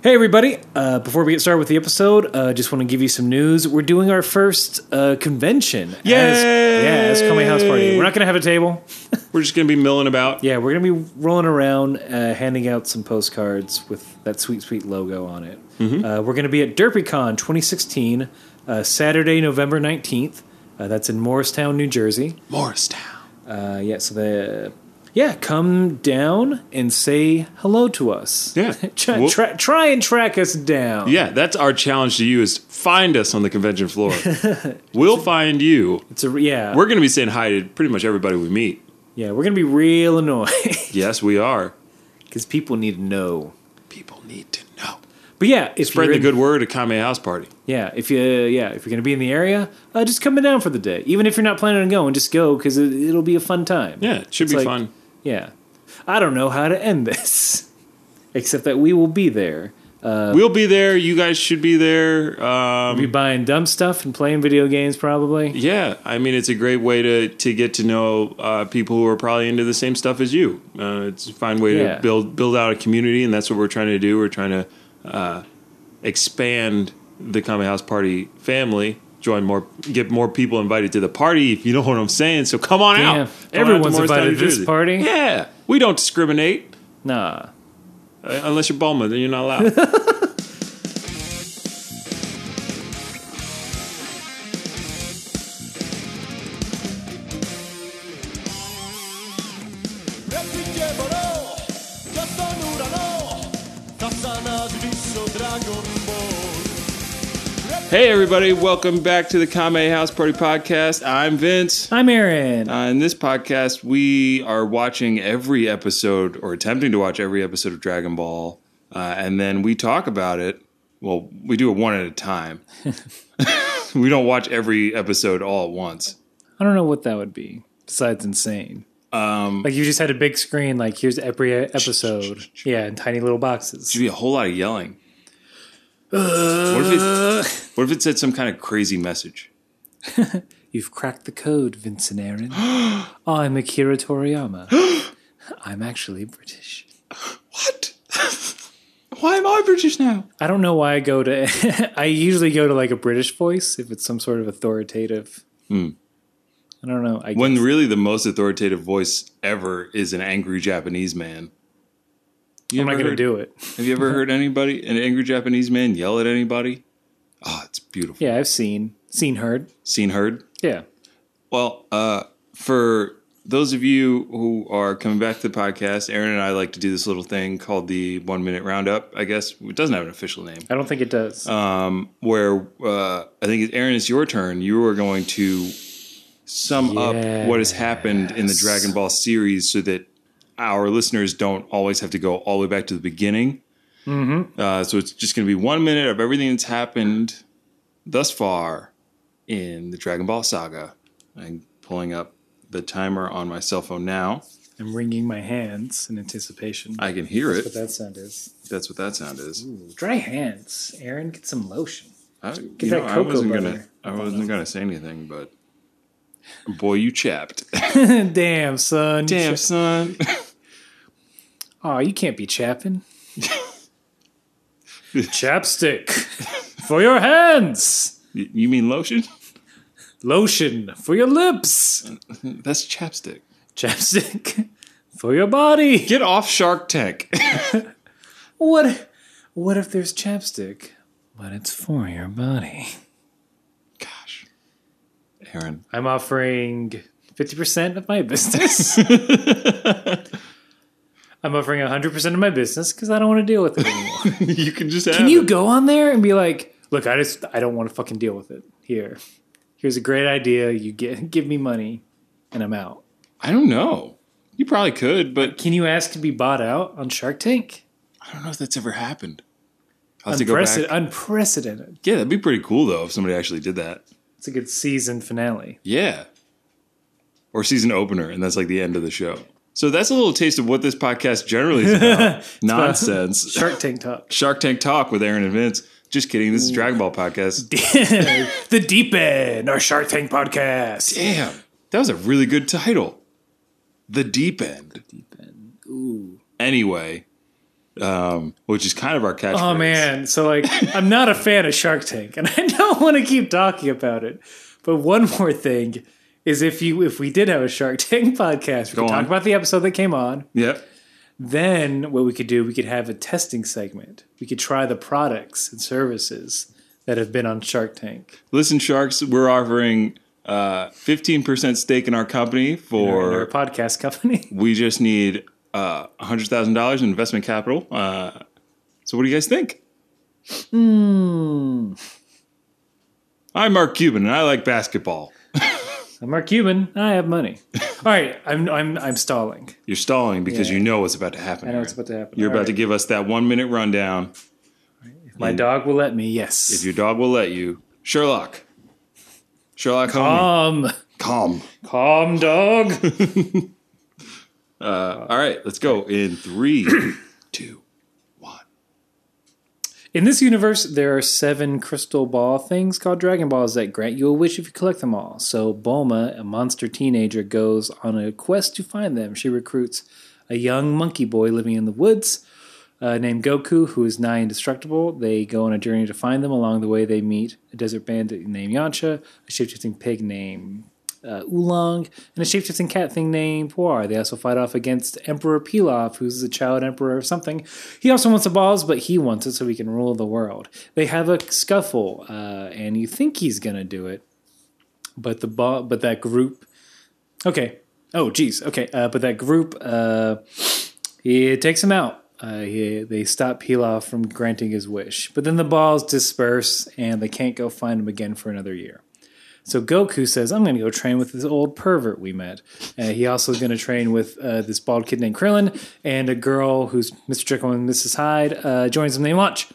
Hey, everybody. Uh, before we get started with the episode, uh, just want to give you some news. We're doing our first uh, convention. Yay! As, yeah, as Comey House Party. We're not going to have a table. We're just gonna be milling about. Yeah, we're going to be rolling around uh, handing out some postcards with that sweet, sweet logo on it. Mm-hmm. Uh, we're going to be at DerpyCon 2016, uh, Saturday, November 19th. Uh, that's in Morristown, New Jersey. Morristown. Uh, yeah, so the yeah, come down and say hello to us. Yeah. try, We'll- tra- try and track us down. Yeah, that's our challenge to you is find us on the convention floor. we'll find you. It's a yeah. We're gonna be saying hi to pretty much everybody we meet. yeah, we're gonna be real annoying Yes, we are. because people need to know. People need to know. But yeah, if Spreading you're the in- good word at Kame House Party. yeah, if you yeah, if you're gonna be in the area, uh, just come down for the day. Even if you're not planning on going, just go because it, it'll be a fun time. Yeah, it should It's be like- fun. yeah. I don't know how to end this, except that we will be there. we'll be there. You guys should be there. Um, Be buying dumb stuff and playing video games, probably. yeah, I mean, it's a great way to to get to know uh, people who are probably into the same stuff as you. Uh, it's a fine way Yeah. to build build out a community, and that's what we're trying to do. We're trying to uh, expand the Common House Party family. Join more, get more people invited to the party. If you know what I'm saying, so come on Yeah. out. Come out to Everyone's Morristown, invited New to this Jersey. party. Yeah, we don't discriminate Nah. uh, unless you're Bulma, then you're not allowed. hey, everybody! Welcome back to the Kame House Party Podcast. I'm Vince. I'm Aaron. Uh, in this podcast, we are watching every episode or attempting to watch every episode of Dragon Ball, uh, and then we talk about it. Well, we do it one at a time. we don't watch every episode all at once. I don't know what that would be besides insane. Um, like you just had a big screen, like here's every e-, episode, yeah, in tiny little boxes. It'd be a whole lot of yelling. What, if it, what if it said some kind of crazy message? You've cracked the code, Vincent Aaron. I'm Akira Toriyama. I'm actually British. What? Why am I British now? I don't know why I go to. I usually go to like a British voice if it's some sort of authoritative. I don't know. I Hmm. When really the most authoritative voice ever is an angry Japanese man. You I'm not ever gonna heard- do it. Have you ever heard anybody, an angry Japanese man, yell at anybody? Oh, it's beautiful. Yeah, I've seen, seen, heard. Seen, heard. Yeah, Well, uh, for those of you who are coming back to the podcast, Aaron and I like to do this little thing called the one minute roundup. I guess it doesn't have an official name. I don't think it does. Um, where uh, I think Aaron, it's your turn. You are going to sum up what has happened in the Dragon Ball series, so that our listeners don't always have to go all the way back to the beginning. Mm-hmm. Uh, so it's just going to be one minute of everything that's happened thus far in the Dragon Ball saga. I'm pulling up the timer on my cell phone now. I'm wringing my hands in anticipation. I can hear what it. that sound is. That's what that sound is. Dry hands. Aaron, get some lotion. I, Get you know, that I cocoa wasn't butter. gonna. I wasn't gonna say anything, but boy, you chapped. Damn, son. Damn, son. Oh, you can't be chapping. Chapstick for your hands. Y- you mean lotion? Lotion for your lips. That's chapstick. Chapstick for your body. Get off Shark Tank. What? What if there's chapstick, but it's for your body? Gosh, Aaron. I'm offering 50% of my business. I'm offering 100% of my business because I don't want to deal with it anymore. you can just. Have Can you it. go on there and be like, look, I just I don't want to fucking deal with it. Here. Here's a great idea. You get give me money and I'm out. I don't know. You probably could, but Can you ask to be bought out on Shark Tank? I don't know if that's ever happened. I'll have to go back. Unprecedented, unprecedented. Yeah, that'd be pretty cool though if somebody actually did that. It's a good season finale. Yeah. Or season opener, and that's like the end of the show. So that's a little taste of what this podcast generally is about. Nonsense. Shark Tank talk. Shark Tank Talk with Aaron and Vince. Just kidding. This is Dragon Ball podcast. the Deep End, our Shark Tank podcast. Damn, that was a really good title. The Deep End. Deep End. Ooh. Anyway, um, which is kind of our catchphrase. Oh man, so like I'm not a fan of Shark Tank, and I don't want to keep talking about it. But one more thing is if you if we did have a Shark Tank podcast, we Go could on. talk about the episode that came on. Yep. Then what we could do, we could have a testing segment. We could try the products and services that have been on Shark Tank. Listen, sharks, we're offering uh, 15% stake in our company Or for a podcast company. we just need uh, $100,000 in investment capital. Uh, so, what do you guys think? Hmm. I'm Mark Cuban and I like basketball. I'm Mark Cuban. I have money. All right, I'm I'm I'm stalling. You're stalling because Yeah. you know what's about to happen. I know what's Aaron. about to happen. You're All about right. to give us that one minute rundown. My dog will let me. Yes. If your dog will let you, Sherlock. Sherlock Holmes. calm, Calm. Um, calm dog. All right, let's go in three, two, one. In this universe, there are seven crystal ball things called Dragon Balls that grant you a wish if you collect them all. So Bulma, a monster teenager, goes on a quest to find them. She recruits a young monkey boy living in the woods uh, named Goku, who is nigh indestructible. They go on a journey to find them. Along the way, they meet a desert bandit named Yancha, a shapeshifting pig named uh, Oolong, and a shapeshifting cat thing named Puar. They also fight off against Emperor Pilaf, who's the child emperor or something. He also wants the balls, but he wants it so he can rule the world. They have a scuffle, uh, and you think he's gonna do it, but the ball, but that group. Okay. Oh, geez. Okay, uh, but that group. Uh, he takes him out. Uh, he, they stop Pilaf from granting his wish, but then the balls disperse and they can't go find him again for another year. So Goku says, "I'm going to go train with this old pervert we met." Uh, he also is going to train with uh, this bald kid named Krillin and a girl who's Mr. Jekyll and Mrs. Hyde uh, joins him named Lunch.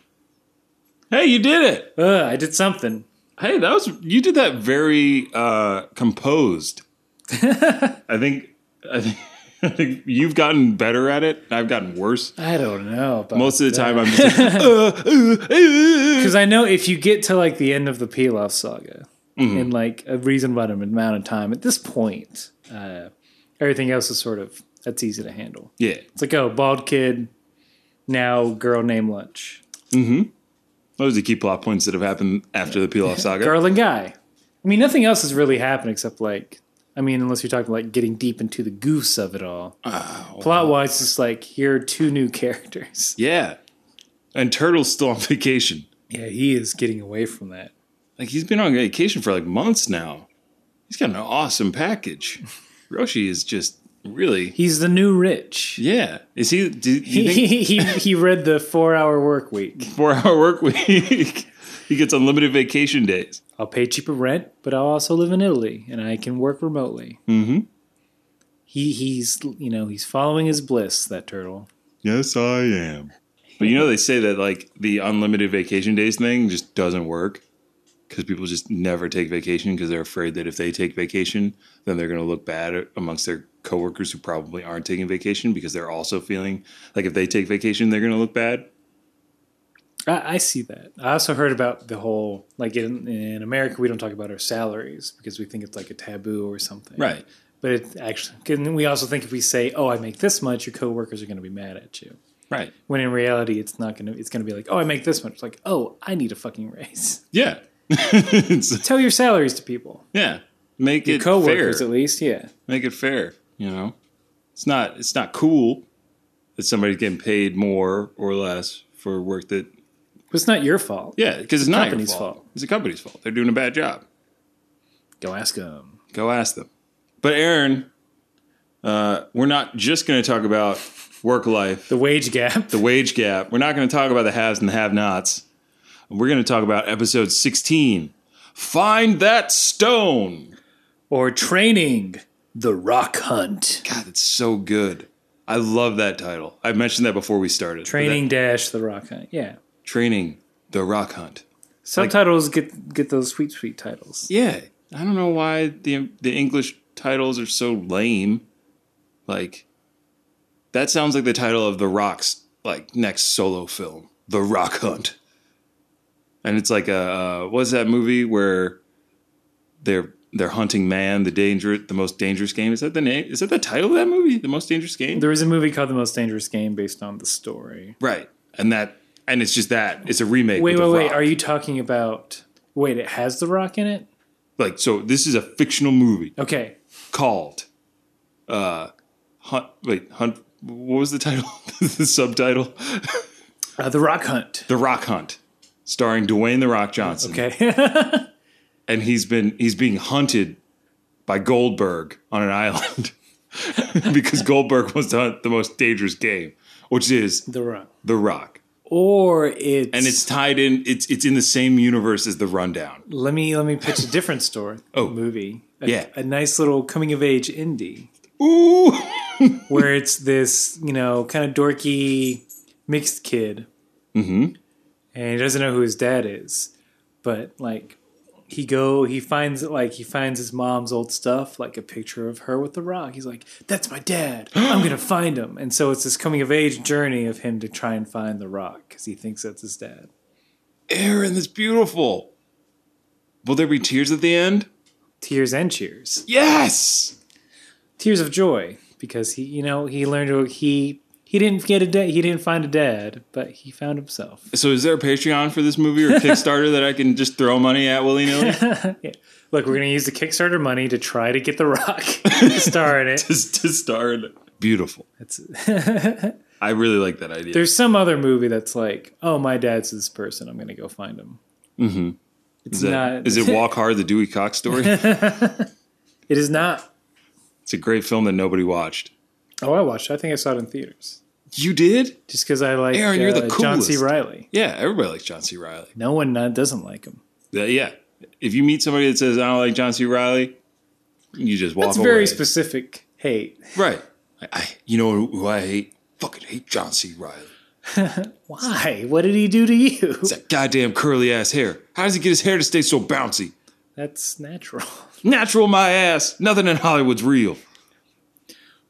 Hey, you did it. Ugh, I did something. Hey, that was you did that very uh composed. I think I think I think you've gotten better at it. and I've gotten worse. I don't know. About Most of the time, I'm just like, uh, uh, uh. Because I know if you get to like the end of the Pilaf saga Mm-hmm. in like a reasonable amount of time, at this point, uh, everything else is sort of that's easy to handle. yeah, It's like oh, bald kid, now girl named Lunch, those are the key plot points that have happened after the Pilaf saga. girl and guy. I mean, nothing else has really happened except like, I mean, unless you're talking like getting deep into the goose of it all. Plot wise, it's like here are two new characters. Yeah, and Turtle's still on vacation. Yeah, he is getting away from that. Like he's been on vacation for like months now. He's got an awesome package. Roshi is just really He's the new rich. yeah. Is he? Do, do you He, think he, he read the four hour work week. four hour work week? he gets unlimited vacation days. I'll pay cheaper rent, but I'll also live in Italy and I can work remotely. Mm-hmm. He he's you know he's following his bliss. That turtle. Yes, I am. But you know they say that like the unlimited vacation days thing just doesn't work because people just never take vacation because they're afraid that if they take vacation, then they're going to look bad amongst their coworkers who probably aren't taking vacation because they're also feeling like if they take vacation, they're going to look bad. I, I see that. I also heard about the whole like in in America we don't talk about our salaries because we think it's like a taboo or something. Right. But it actually, and we also think if we say, "Oh, I make this much," your coworkers are going to be mad at you. Right. When in reality, it's not going to. It's going to be like, "Oh, I make this much." It's like, "Oh, I need a fucking raise." Yeah. It's- Tell your salaries to people, yeah. Make it coworkers fair. at least. Yeah. Make it fair. You know, it's not it's not cool that somebody's getting paid more or less for work that But it's not your fault. yeah because it's, not your company's fault. fault. It's the company's fault. They're doing a bad job. Go ask them. Go ask them. But Aaron, uh, we're not just going to talk about work life, The wage gap. the wage gap. We're not going to talk about the haves and the have-nots. We're going to talk about episode sixteen. Find that stone. or training the rock hunt God, it's so good. I love that title. I mentioned that before we started. training dash the rock hunt yeah That- training the rock hunt. subtitles get get those sweet sweet titles Yeah, I don't know why the the English titles are so lame. Like that sounds like the title of the Rock's like next solo film, The Rock Hunt. And it's like a uh, what's that movie where they're they're hunting man, the danger, the most dangerous game. Is that the name? Is that the title of that movie? The most dangerous game. There is a movie called The Most Dangerous Game based on the story. right, and that, and it's just that. It's a remake. Wait, with wait, The wait. Rock. Are you talking about. Wait, it has The Rock in it? like so? This is a fictional movie Okay. called, uh, hunt. Wait, hunt. What was the title? the subtitle: Uh, the Rock Hunt. The Rock Hunt, starring Dwayne the Rock Johnson. Okay. and he's been he's being hunted by Goldberg on an island because Goldberg wants to hunt the most dangerous game, which is the Rock. The Rock, Or it's. and it's tied in. It's it's in the same universe as The Rundown. Let me let me pitch a different story. Oh. movie. A, Yeah. a nice little coming of age indie Ooh, where it's this you know kind of dorky mixed kid, mm-hmm. and he doesn't know who his dad is, but like he go he finds like he finds his mom's old stuff like a picture of her with the rock. He's like, "That's my dad. I'm gonna find him." And so it's this coming of age journey of him to try and find the rock because he thinks that's his dad. Aaron, that's beautiful. Will there be tears at the end? Tears and cheers. Yes. tears of joy because he you know he learned to he he didn't get a dad he didn't find a dad but he found himself So, is there a Patreon for this movie or a Kickstarter that I can just throw money at willy nilly? look we're gonna use the kickstarter money to try to get the rock to star in it just to start. Beautiful. It's- I really like that idea. there's some other movie that's like oh my dad's this person i'm gonna go find him mm-hmm. it's is, that- not is it Walk Hard, the Dewey Cox story? it is not It's a great film that nobody watched. oh i watched it. i think i saw it in theaters You did? just because i like Aaron, you're the uh, john c coolest. riley Yeah, everybody likes John C. Riley. no one uh, doesn't like him yeah. If you meet somebody that says I don't like John C. Riley, you just walk that's away. very specific hate Right. I, I, you know who I hate? Fucking hate John C. Riley. why what did he do to you It's that goddamn curly ass hair. How does he get his hair to stay so bouncy? that's natural Natural my ass. Nothing in Hollywood's real.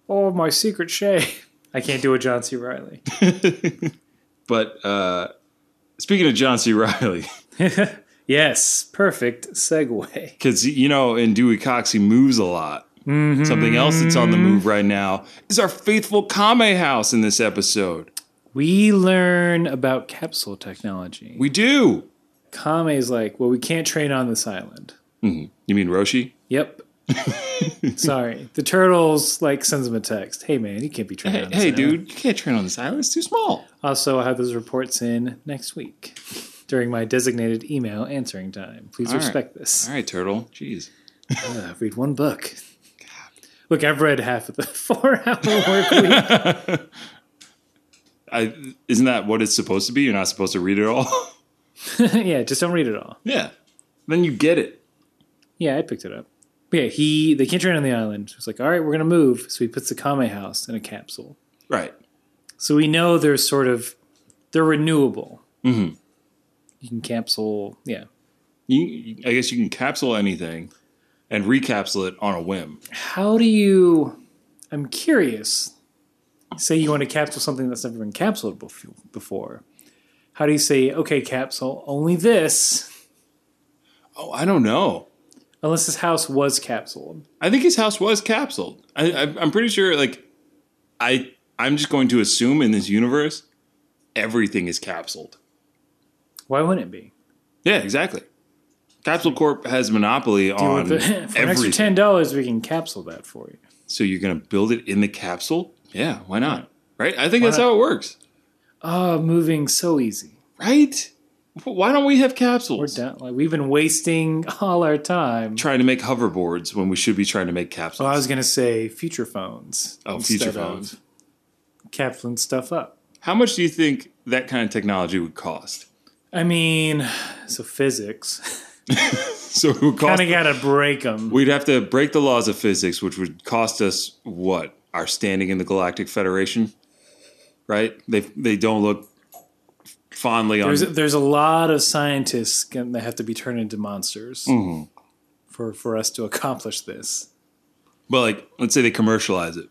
Oh, my secret shave. I can't do a John C. Riley. But uh speaking of John C. Riley, Yes, perfect segue. because you know in Dewey Cox he moves a lot. Something else that's on the move right now is our faithful Kame House in this episode. We learn about capsule technology. We do. Kame is like, well, we can't train on this island. You mean Roshi? Yep. Sorry. The turtles like sends him a text. Hey man, you can't be trained Hey, on this hey island." dude, you can't train on this island. It's too small. Also, I'll have those reports in next week during my designated email answering time. Please All right. respect this. All right, turtle. Jeez. Ugh, read one book. Look, I've read half of the four hour work week. I, isn't that what it's supposed to be? You're not supposed to read it all. yeah, just don't read it all. yeah. Then you get it. Yeah, I picked it up. But yeah, he they can't train on the island. He's like, all right, we're gonna move. So he puts the Kame house in a capsule. Right. So we know they're sort of they're renewable. Mm-hmm. You can capsule, yeah. You, I guess you can capsule anything and recapsule it on a whim. How do you? I'm curious. Say you want to capsule something that's never been capsuled bef- before. How do you say, okay, capsule only this? Oh, I don't know. Unless this house was capsuled. I think his house was capsuled. I, I, I'm pretty sure. Like, I I'm just going to assume in this universe, everything is capsuled. Why wouldn't it be? Yeah, exactly. Capsule Corp has monopoly For on the- for an extra everything. ten dollars, we can capsule that for you. So you're going to build it in the capsule? Yeah, why not? Right? I think that's not? how it works. Oh, moving so easy. Right? Why don't we have We're capsules? done. Like we've been wasting all our time. Trying to make hoverboards when we should be trying to make capsules. Well, I was gonna say feature phones. oh, instead feature of phones. Capsuling stuff up. How much do you think that kind of technology would cost? I mean, so physics So it would cost, kind of gotta break them. we'd have to break the laws of physics, which would cost us what? Our standing in the Galactic Federation? Right? They they don't look fondly on There's there's a lot of scientists can- that have to be turned into monsters Mm-hmm. for for us to accomplish this. But like, let's say they commercialize it.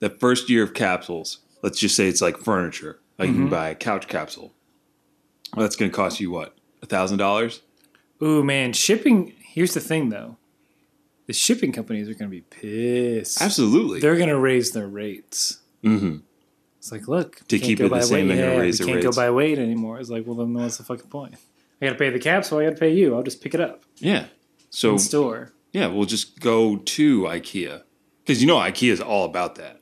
That first year of capsules, let's just say it's like furniture. Like Mm-hmm. you can buy a couch capsule. Well, that's going to cost you what? A thousand dollars? Ooh man, shipping Here's the thing, though. The shipping companies are going to be pissed. Absolutely. They're going to raise their rates. Mhm. It's like, look, To we can't keep go it the by same, weight. they're gonna Yeah, raise we their can't rates. go by weight anymore. It's like, well, then what's the fucking point? I got to pay the cap, so I got to pay you. I'll just pick it up yeah. So in store. yeah, we'll just go to IKEA because you know IKEA is all about that.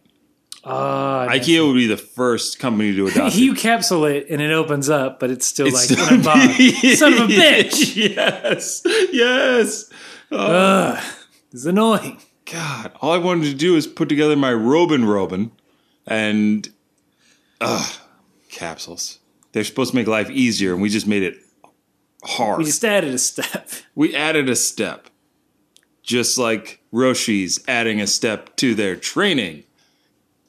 Ah, nice. IKEA would be the first company to adopt. you it. capsule it and it opens up, but it's still like still- in a box. Son of a bitch! yes, yes. Ugh, it's annoying. God, all I wanted to do is put together my Robin Robin and ugh, capsules. They're supposed to make life easier, and we just made it hard. We just added a step. We added a step, just like Roshi's adding a step to their training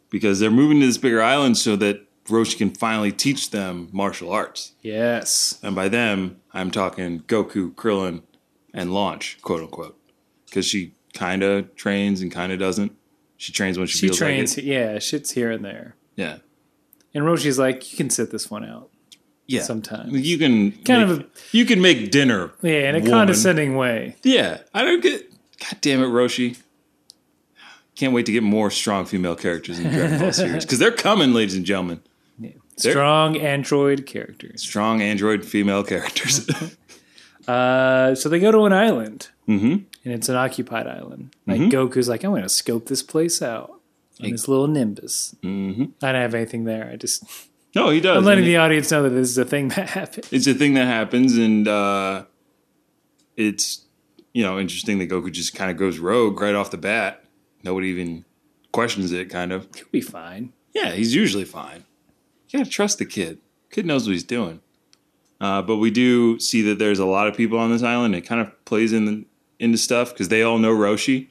because they're moving to this bigger island so that Roshi can finally teach them martial arts. Yes. And by them, I'm talking Goku, Krillin, and Launch, quote unquote. Because she kind of trains and kind of doesn't. She trains when she, She feels trains. like it. yeah, shit's here and there. Yeah. And Roshi's like, you can sit this one out. Yeah. Sometimes. You can Kind make- of a- you can make dinner. Yeah, in a woman. condescending way. Yeah. I don't get God damn it, Roshi. Can't wait to get more strong female characters in the Dragon Ball series. Because they're coming, ladies and gentlemen. There- Strong android characters. Strong android female characters. Uh, so they go to an island. Mm-hmm. And it's an occupied island. Like Mm-hmm. Goku's like, I'm going to scope this place out on this little Nimbus. Mm-hmm. I don't have anything there. I just no, he does. I'm letting And the audience know that this is a thing that happened. it's a thing that happens and uh it's you know interesting that goku just kind of goes rogue right off the bat nobody even questions it kind of He'll be fine. yeah he's usually fine you gotta trust the kid kid knows what he's doing uh, but we do see that there's a lot of people on this island it kind of plays in into stuff because they all know roshi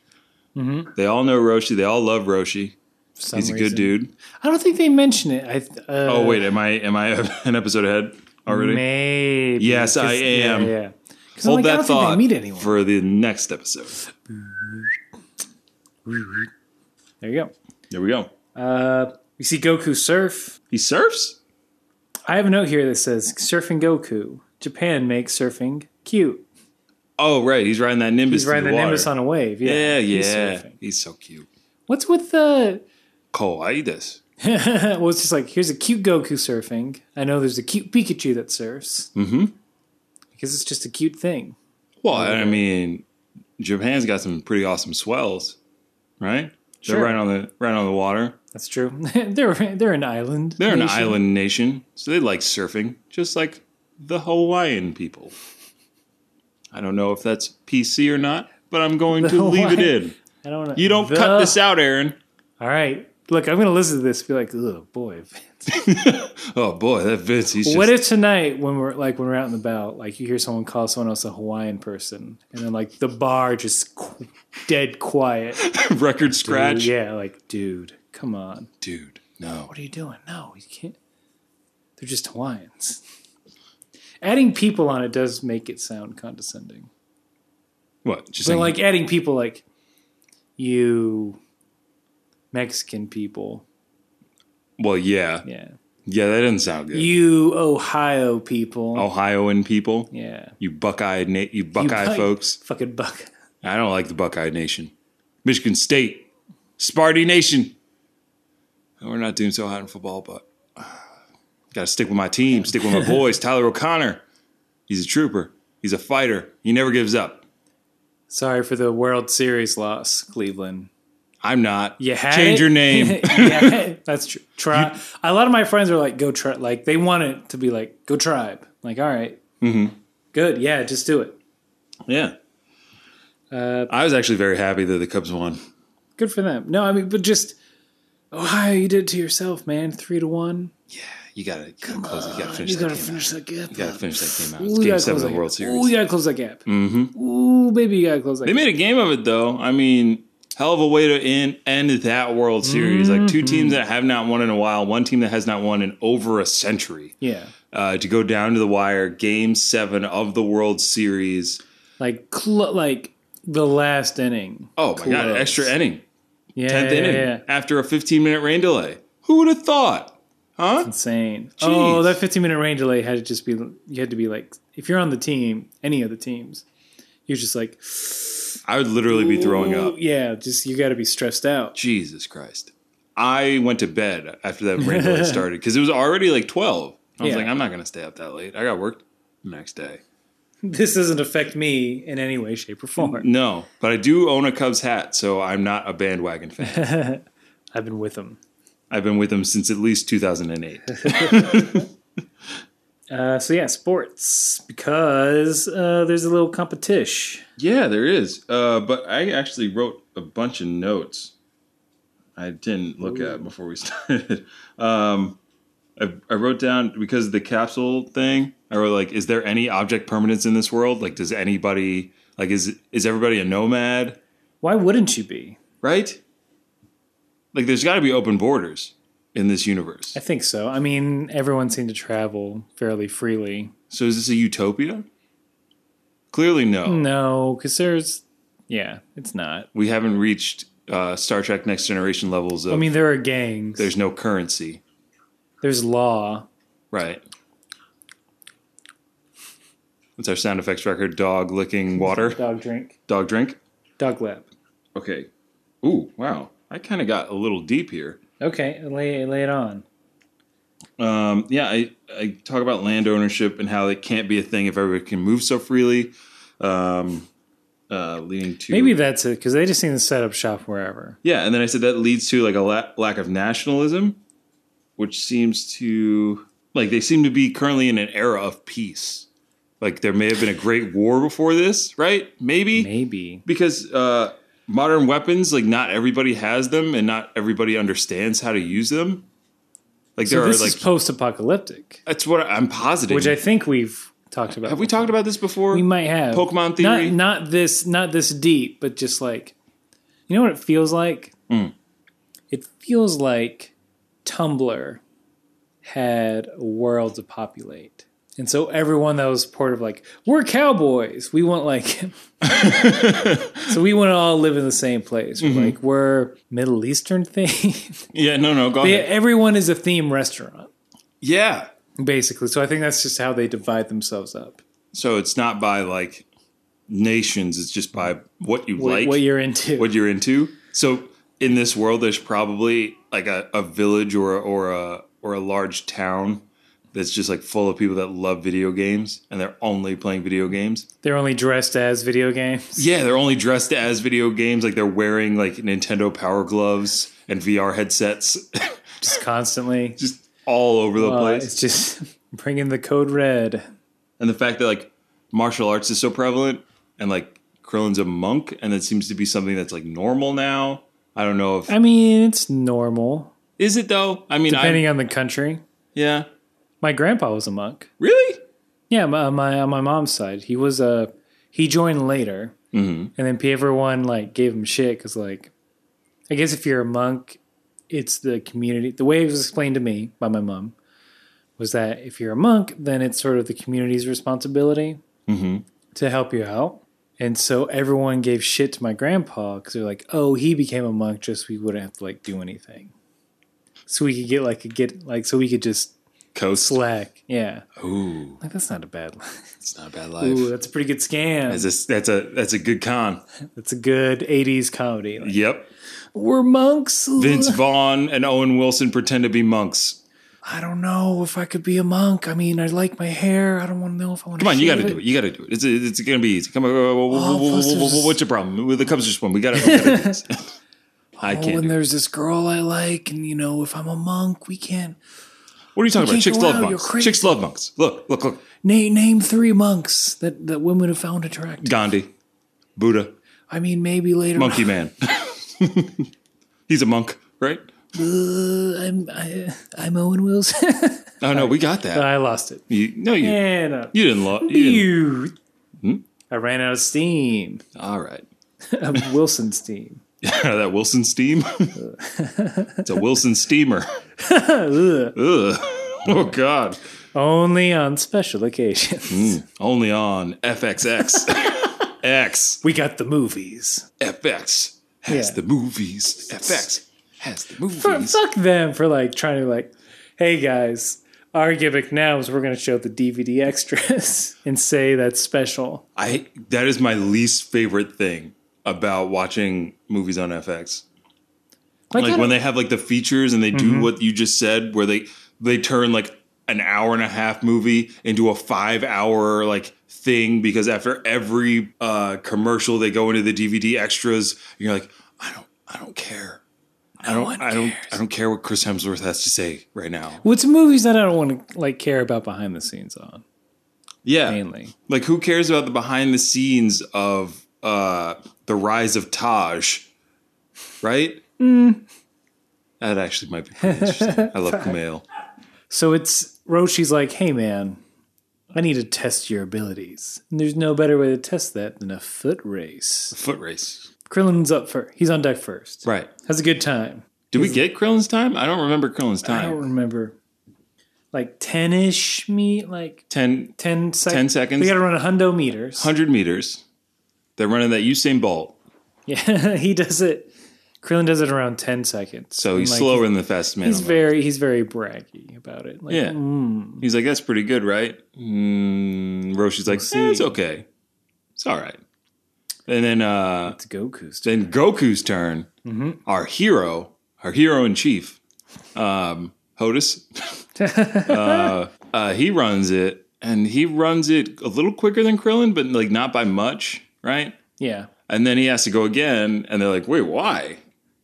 they all know roshi they all love roshi For some he's a Mm-hmm. reason. good dude I don't think they mention it. I th- uh, oh wait am i am i an episode ahead already Maybe. Yes, I 'Cause- yeah, am. Yeah. Because Hold I'm like, I that don't thought think they meet anyone. for the next episode. there you There we go. go. Uh, we see Goku surf. He surfs. I have a note here that says surfing Goku. Japan makes surfing cute. Oh right, he's riding that Nimbus. He's riding the water. Nimbus on a wave. Yeah, Yeah, He's yeah. He's, surfing. so cute. What's with the? Coitus. well, it's just like here's a cute Goku surfing. I know there's a cute Pikachu that surfs. Mm-hmm. Because it's just a cute thing. Well, I mean, Japan's got some pretty awesome swells, right? Sure. They're right on the right on the water. That's true. they're they're an island. They're an nation. island nation, so they like surfing, just like the Hawaiian people. I don't know if that's PC or not, but I'm going to leave it Hawaiian- in. I don't. know- You don't The- cut this out, Aaron. All right. Look, I'm gonna listen to this. And be like, oh boy. Oh boy, that Vince. He's What just, if tonight, when we're like when we're out and about, like you hear someone call someone else a Hawaiian person, and then like the bar just qu- dead quiet. record scratch, Yeah, like dude, come on, dude. No, what are you doing? No, you can't. They're just Hawaiians. Adding people on it does make it sound condescending. What? Just But saying, like adding people, like you, Mexican people, well, yeah, yeah, yeah, that doesn't sound good. you Ohio people, Oh, Ohioan people, yeah, you Buckeye, na- you Buckeye Buck- folks. fucking buck. I don't like the Buckeye Nation, Michigan State, Sparty Nation. And We're not doing so hot in football, but got to stick with my team, stick with my boys. Tyler O'Connor, he's a trooper, he's a fighter, he never gives up. Sorry for the World Series loss, Cleveland. I'm not. You had it? change your name. yeah, that's true. Try. a lot of my friends are like, "Go try." Like they want it to be like, "Go tribe." Like, all right. Mm-hmm. good. Yeah, just do it. yeah, Uh, I was actually very happy that the Cubs won. good for them. No, I mean, but just Ohio, you did it to yourself, man. Three to one. You gotta, you gotta close. it. You gotta finish. You that gotta game. finish that gap. You gotta finish that game out. Ooh, It's you game gotta seven close of that the World gap. Series. Mm-hmm. Ooh, you gotta close that gap. Ooh, baby, you gotta close that They gap. made a game of it though. I mean, hell of a way to end, end that World Series. Like Mm-hmm. two teams that have not won in a while, one team that has not won in over a century. Yeah, Uh, to go down to the wire, Game Seven of the World Series. like cl- like the last inning. Oh my god, Close. extra inning, Yeah, tenth inning yeah, yeah. after a fifteen minute rain delay. Who would have thought? Huh? insane. Jeez. Oh, that 15 minute rain delay had to just be you had to be like if you're on the team, any of the teams, you You're just like, I would literally be throwing "Ooh, up. Yeah, just you got to be stressed out. Jesus Christ. I went to bed after that brain delay started because it was already like 12. I was Yeah. like, I'm not going to stay up that late. I got work the next day. This doesn't affect me in any way, shape, or form. No, but I do own a Cubs hat, so I'm not a bandwagon fan. I've been with them. I've been with them since at least 2008. Uh, so yeah, sports because uh, there's a little competition. yeah, there is. Uh, but I actually wrote a bunch of notes I didn't look at before we started. Um, I, I wrote down because of the capsule thing. I wrote like, is there any object permanence in this world? Like, does anybody like is is everybody a nomad? Why wouldn't you be? Right? Like, there's got to be open borders in this universe. I think so. I mean, everyone seemed to travel fairly freely. So is this a utopia? Clearly, no. Hmm. No, because there's yeah, it's not. We haven't reached uh, Star Trek Next Generation levels of. I mean, there are gangs. there's no currency, there's law. right? That's our sound effects record. Dog licking water. Dog drink. Dog drink. Dog lab. Okay. Ooh, wow. I kind of got a little deep here. Okay, lay lay it on. Um, yeah, I, I talk about land ownership and how it can't be a thing if everybody can move so freely, um, uh, leading to Maybe that's it because they just seem to set up shop wherever. yeah. And then I said that leads to like a la- lack of nationalism, which seems to like they seem to be currently in an era of peace. Like there may have been a great war before this, right? Maybe, Maybe. because uh, modern weapons, like not everybody has them, and not everybody understands how to use them. Like So there this are like is post-apocalyptic, that's what I'm positive. which I think we've talked about. Have we talked about this before? We might have Pokemon Not- theory? Not, this, not this deep, but just like you know what it feels like. Hmm. It feels like Tumblr had a world to populate, and so everyone that was part of like we're cowboys. We want like, so we want to all live in the same place. We're Mm-hmm. Like we're Middle Eastern thing. yeah, no, no, go Yeah, ahead. everyone is a theme restaurant Yeah. basically. So I think that's just how they divide themselves up. So it's not by like nations, it's just by what you like, what you're into. what you're into. So in this world, there's probably like a, a village or or a or a large town that's just like full of people that love video games and they're only playing video games. They're only dressed as video games. Yeah, they're only dressed as video games, like they're wearing like Nintendo Power Gloves and VR headsets, Just constantly. just all over the Uh, place. it's just bringing the code red. and the fact that like martial arts is so prevalent and like Krillin's a monk and that seems to be something that's like normal now. I don't know if I mean, it's normal is it though. I mean, I, depending on the country. yeah, My grandpa was a monk. really, Yeah, my, my on my mom's side, he was a he joined later, mm-hmm. and then everyone like gave him shit because like, I guess if you're a monk, it's the community. The way it was explained to me by my mom was that if you're a monk, then it's sort of the community's responsibility to help you out. And so everyone gave shit to my grandpa because they're like, "Oh, he became a monk just so we wouldn't have to like do anything, so we could get like a get like so we could just coast. slack." Yeah, Ooh, like that's not a bad line. it's not a bad life. Ooh, that's a pretty good scam. That's a, that's a that's a good con. That's a good 80s comedy. Like, Yep. We're monks. Vince Vaughn and Owen Wilson pretend to be monks. I don't know if I could be a monk. I mean, I like my hair. I don't want to know if I want to Come on, you got to do it. You got to do it. It's it's gonna be easy. Come on, whoa, whoa, whoa, whoa, whoa, whoa, whoa, what's your problem? With The Cubs just won. We got to. I Oh, can't. and Do it. there's this girl I like, and you know, if I'm a monk, we can't What are you talking about? can't Chicks go love out, you're monks. crazy. Chicks love monks. Look, look, look. name name three monks that that women have found attractive. Gandhi, Buddha, I mean, maybe later. Monkey Man. He's a monk, right? Uh, I'm I, I'm Owen Wilson. Oh no, we got that. I lost it. You, no, you And uh, you didn't Hmm? love. you. I ran out of steam. All right, Of Wilson steam. that Wilson steam. it's a Wilson steamer. Ugh. Ugh. Oh God. Only on special occasions. Only on FXX. X We got the movies. FX has Yeah. the movies. FX has the movies. Fuck them for like trying to like, hey guys, Our gimmick now is we're going to show the DVD extras and say that's special. I that is my least favorite thing about watching movies on FX. Like, Like, I when don't- they have like the features and they do what you just said, where they they turn like an hour and a half movie into a five hour like thing because after every uh, commercial they go into the DVD extras. And you're like, I don't, I don't care. I don't, I don't, I don't care what Chris Hemsworth has to say right now. what's movies that I don't want to like care about behind the scenes on Yeah, mainly. Like, who cares about the behind the scenes of uh, the rise of Taj, right? Mm. That actually might be pretty interesting. I love Kumail. So it's Roshi's like, hey man, I need to test your abilities. And there's no better way to test that than a foot race. Foot race. Krillin's up first. He's on deck first. Right. Has a good time. Did we get Krillin's time? I don't remember Krillin's I don't time. remember. Like 10 ish me, like 10, 10 seconds. 10 seconds. We got to run a hundo meters. 100 meters. They're running that Usain Bolt. Yeah, he does it. Krillin does it around 10 seconds. So he's like, slower than the fastest man. He's on the- very Hmm. he's very braggy about it. Like, Yeah. He's like, that's pretty good, right? Mm, Roshi's like, We'll "Eh, it's see." okay. It's all right. And then uh, It's Goku's. turn. then Goku's turn, Mm-hmm. our hero, our hero in chief, um, Hodis, uh, uh, he runs it, and he runs it a little quicker than Krillin, but like not by much, right? Yeah. And then he has to go again, and they're like, "Wait, why?"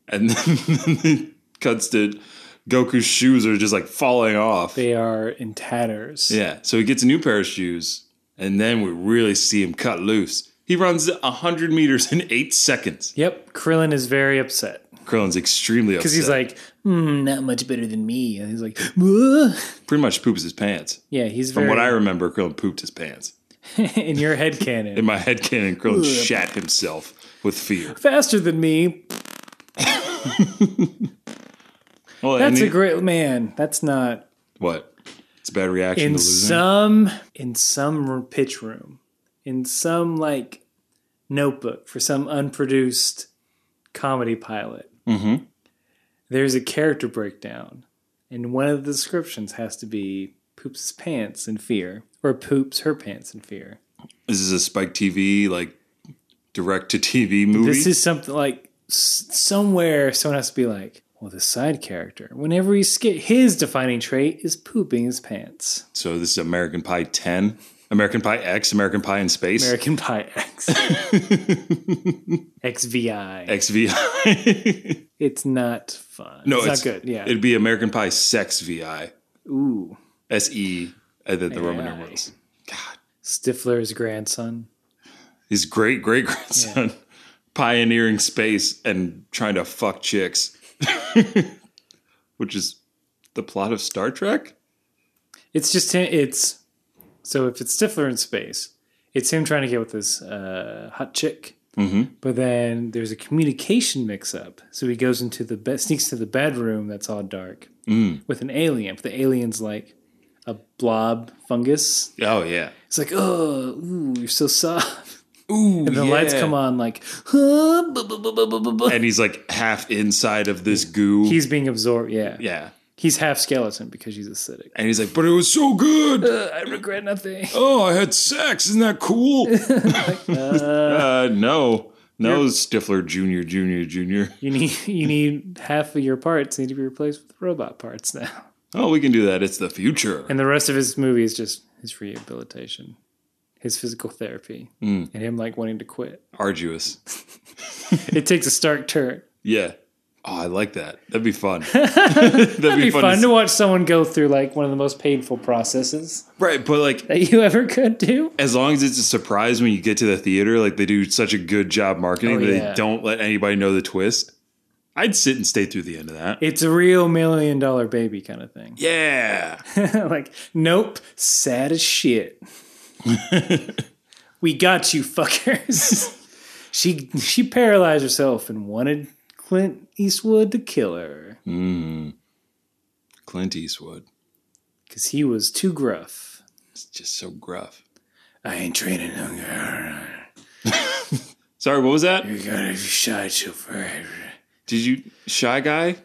And then it cuts to Goku's shoes are just like falling off. They are in tatters. Yeah, so he gets a new pair of shoes, and then we really see him cut loose. He runs hundred meters in eight seconds. Yep. Krillin is very upset. Krillin's extremely upset. Because he's like, mm, not much better than me. And he's like, "Whoa." pretty much poops his pants. yeah, he's From very. what I remember, Krillin pooped his pants. in your head cannon. In my head canon, Krillin shat himself with fear. Faster than me. Well, and That's he- a great man. That's not what? It's a bad reaction in to losing. some in some r- pitch room in some like notebook for some unproduced comedy pilot there's a character breakdown and one of the descriptions has to be poops his pants in fear or poops her pants in fear this is a Spike TV like direct to TV movie. this is something like s- somewhere someone has to be like well the side character whenever he skit his defining trait is pooping his pants so this is American Pie Ten, American Pie X, American Pie in Space, american pie x xvi XVI. It's not fun. no, it's, not good. Yeah. it'd be American Pie Sex VI, Ooh. S E, and then the Roman AI. numerals. Stifler's grandson. His great great grandson pioneering space and trying to fuck chicks, which is the plot of Star Trek. It's just him. It's so if it's Stifler in space, it's him trying to get with this uh, hot chick. Mm-hmm. But then there's a communication mix-up, so he goes into the be- sneaks to the bedroom that's all dark Mm. with an alien. But the alien's like a blob fungus. Oh yeah. It's like, oh, ooh, you're so soft. Ooh, And the lights come on, like, huh, buh, buh, buh, buh, buh, buh, buh. and he's like half inside of this goo. he's being absorbed. Yeah, yeah, he's half skeleton because she's acidic. and he's like, but it was so good. Uh, I regret nothing. Oh, I had sex. Isn't that cool? uh, no, no, Stifler Junior, Junior, Junior. You need you need half of your parts need to be replaced with robot parts now. Oh, we can do that. It's the future. And the rest of his movie is just his rehabilitation, his physical therapy, and him like wanting to quit. Arduous. It takes a stark turn. Yeah. Oh, I like that. That'd be fun. That'd, It'd be fun see. to watch someone go through like one of the most painful processes Right, but like that you ever could do. as long as it's a surprise when you get to the theater, like they do such a good job marketing, Oh, that yeah. they don't let anybody know the twist. I'd sit and stay through the end of that. It's a real million dollar baby kind of thing. yeah. like, nope, sad as shit. we got you, fuckers. she she paralyzed herself and wanted Clint Eastwood to kill her Clint Eastwood. because he was too gruff. It's just so gruff. I ain't training no girl. Sorry, what was that? You gotta be shy chauffeur. Did you Shy Guy?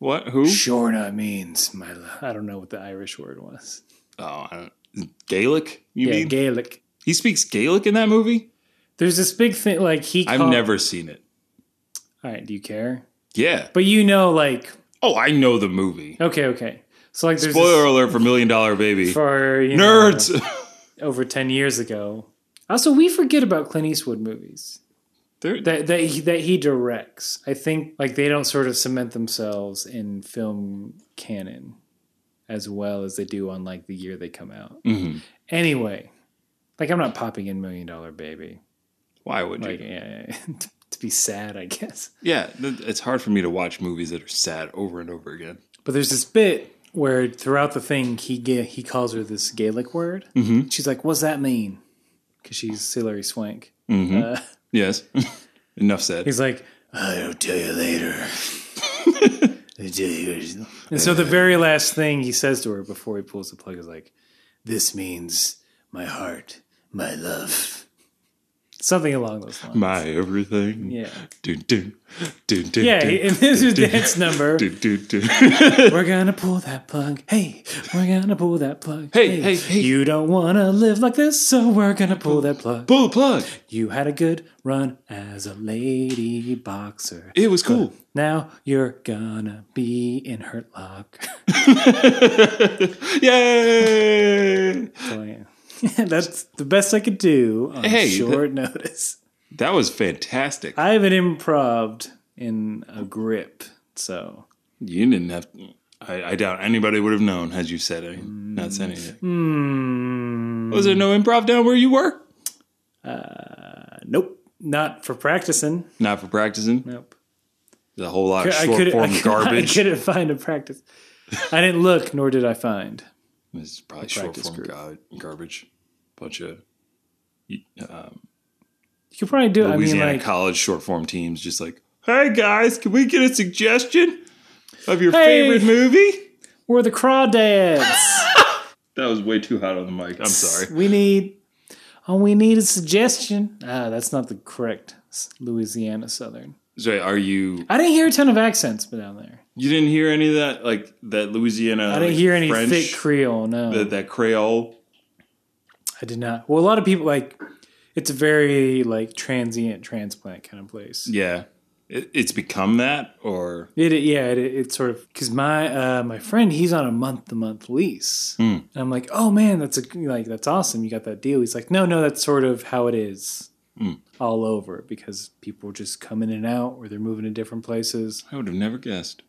What? Who? Shorna means my. Lo- I don't know what the Irish word was. Oh, I don't- Gaelic? You yeah, mean? Gaelic. he speaks Gaelic in that movie? There's this big thing like he. I've called- never seen it. All right, do you care? Yeah. But you know, like Oh, I know the movie. okay, okay. So like there's Spoiler alert for Million Dollar Baby. this for you know, Nerds. over ten years ago. Also, we forget about Clint Eastwood movies. They're- that that he, that he directs. I think like they don't sort of cement themselves in film canon as well as they do on like the year they come out. Mhm. Anyway, like I'm not popping in Million Dollar Baby. Why would Like you? yeah, yeah, yeah. to be sad, I guess. Yeah, th- it's hard for me to watch movies that are sad over and over again. But there's this bit where throughout the thing he ga- he calls her this Gaelic word. She's like, "What's that mean?" Because she's Hilary Swank. Uh, Yes. Enough said. He's like, I'll tell you later. I'll tell you. And so the very last thing he says to her before he pulls the plug is like, This means my heart, my love. Something along those lines. My everything. Yeah. Do, do, do, do, Yeah, do, he- and this is dance number. do, do, do. We're gonna pull that plug. Hey, we're gonna pull that plug. Hey, hey, hey. You don't wanna live like this, so we're gonna pull that plug. Pull the plug. You had a good run as a lady boxer. It was cool. Now you're gonna be in Hurt Locker. Yay! So, yeah. That's the best I could do on Hey, short notice. That was fantastic. I haven't improved in a grip, so You didn't have. I, I doubt anybody would have known had you said it. Not said anything. Hmm. Was there no improv down where you were? uh, nope, not for practicing. Not for practicing. Nope, The whole lot of I short couldn't. I, form couldn't- garbage. I couldn't find a practice. I didn't look, nor did I find. This is probably short practice form group. gar- garbage. Bunch of You could probably do. it. I mean, Louisiana like, college short form teams just like, hey guys, can we get a suggestion of your Hey!" favorite movie? we're the crawdads. That was way too hot on the mic. I'm sorry. we need. All we need is suggestion. Ah, that's not the correct s- Louisiana Southern. Sorry, are you? I didn't hear a ton of accents down there. You didn't hear any of that, like that Louisiana? I didn't hear any thick Creole. No, that, that Creole. I did not. Well, a lot of people like it's a very like transient transplant kind of place. Yeah, it, it's become that, or It, it- yeah, it, it's sort of because my uh, my friend he's on a month to month lease, Hmm. and I'm like, oh man, that's a like that's awesome. You got that deal. He's like, no, no, that's sort of how it is Hmm. all over because people just come in and out or they're moving to different places. I would have never guessed.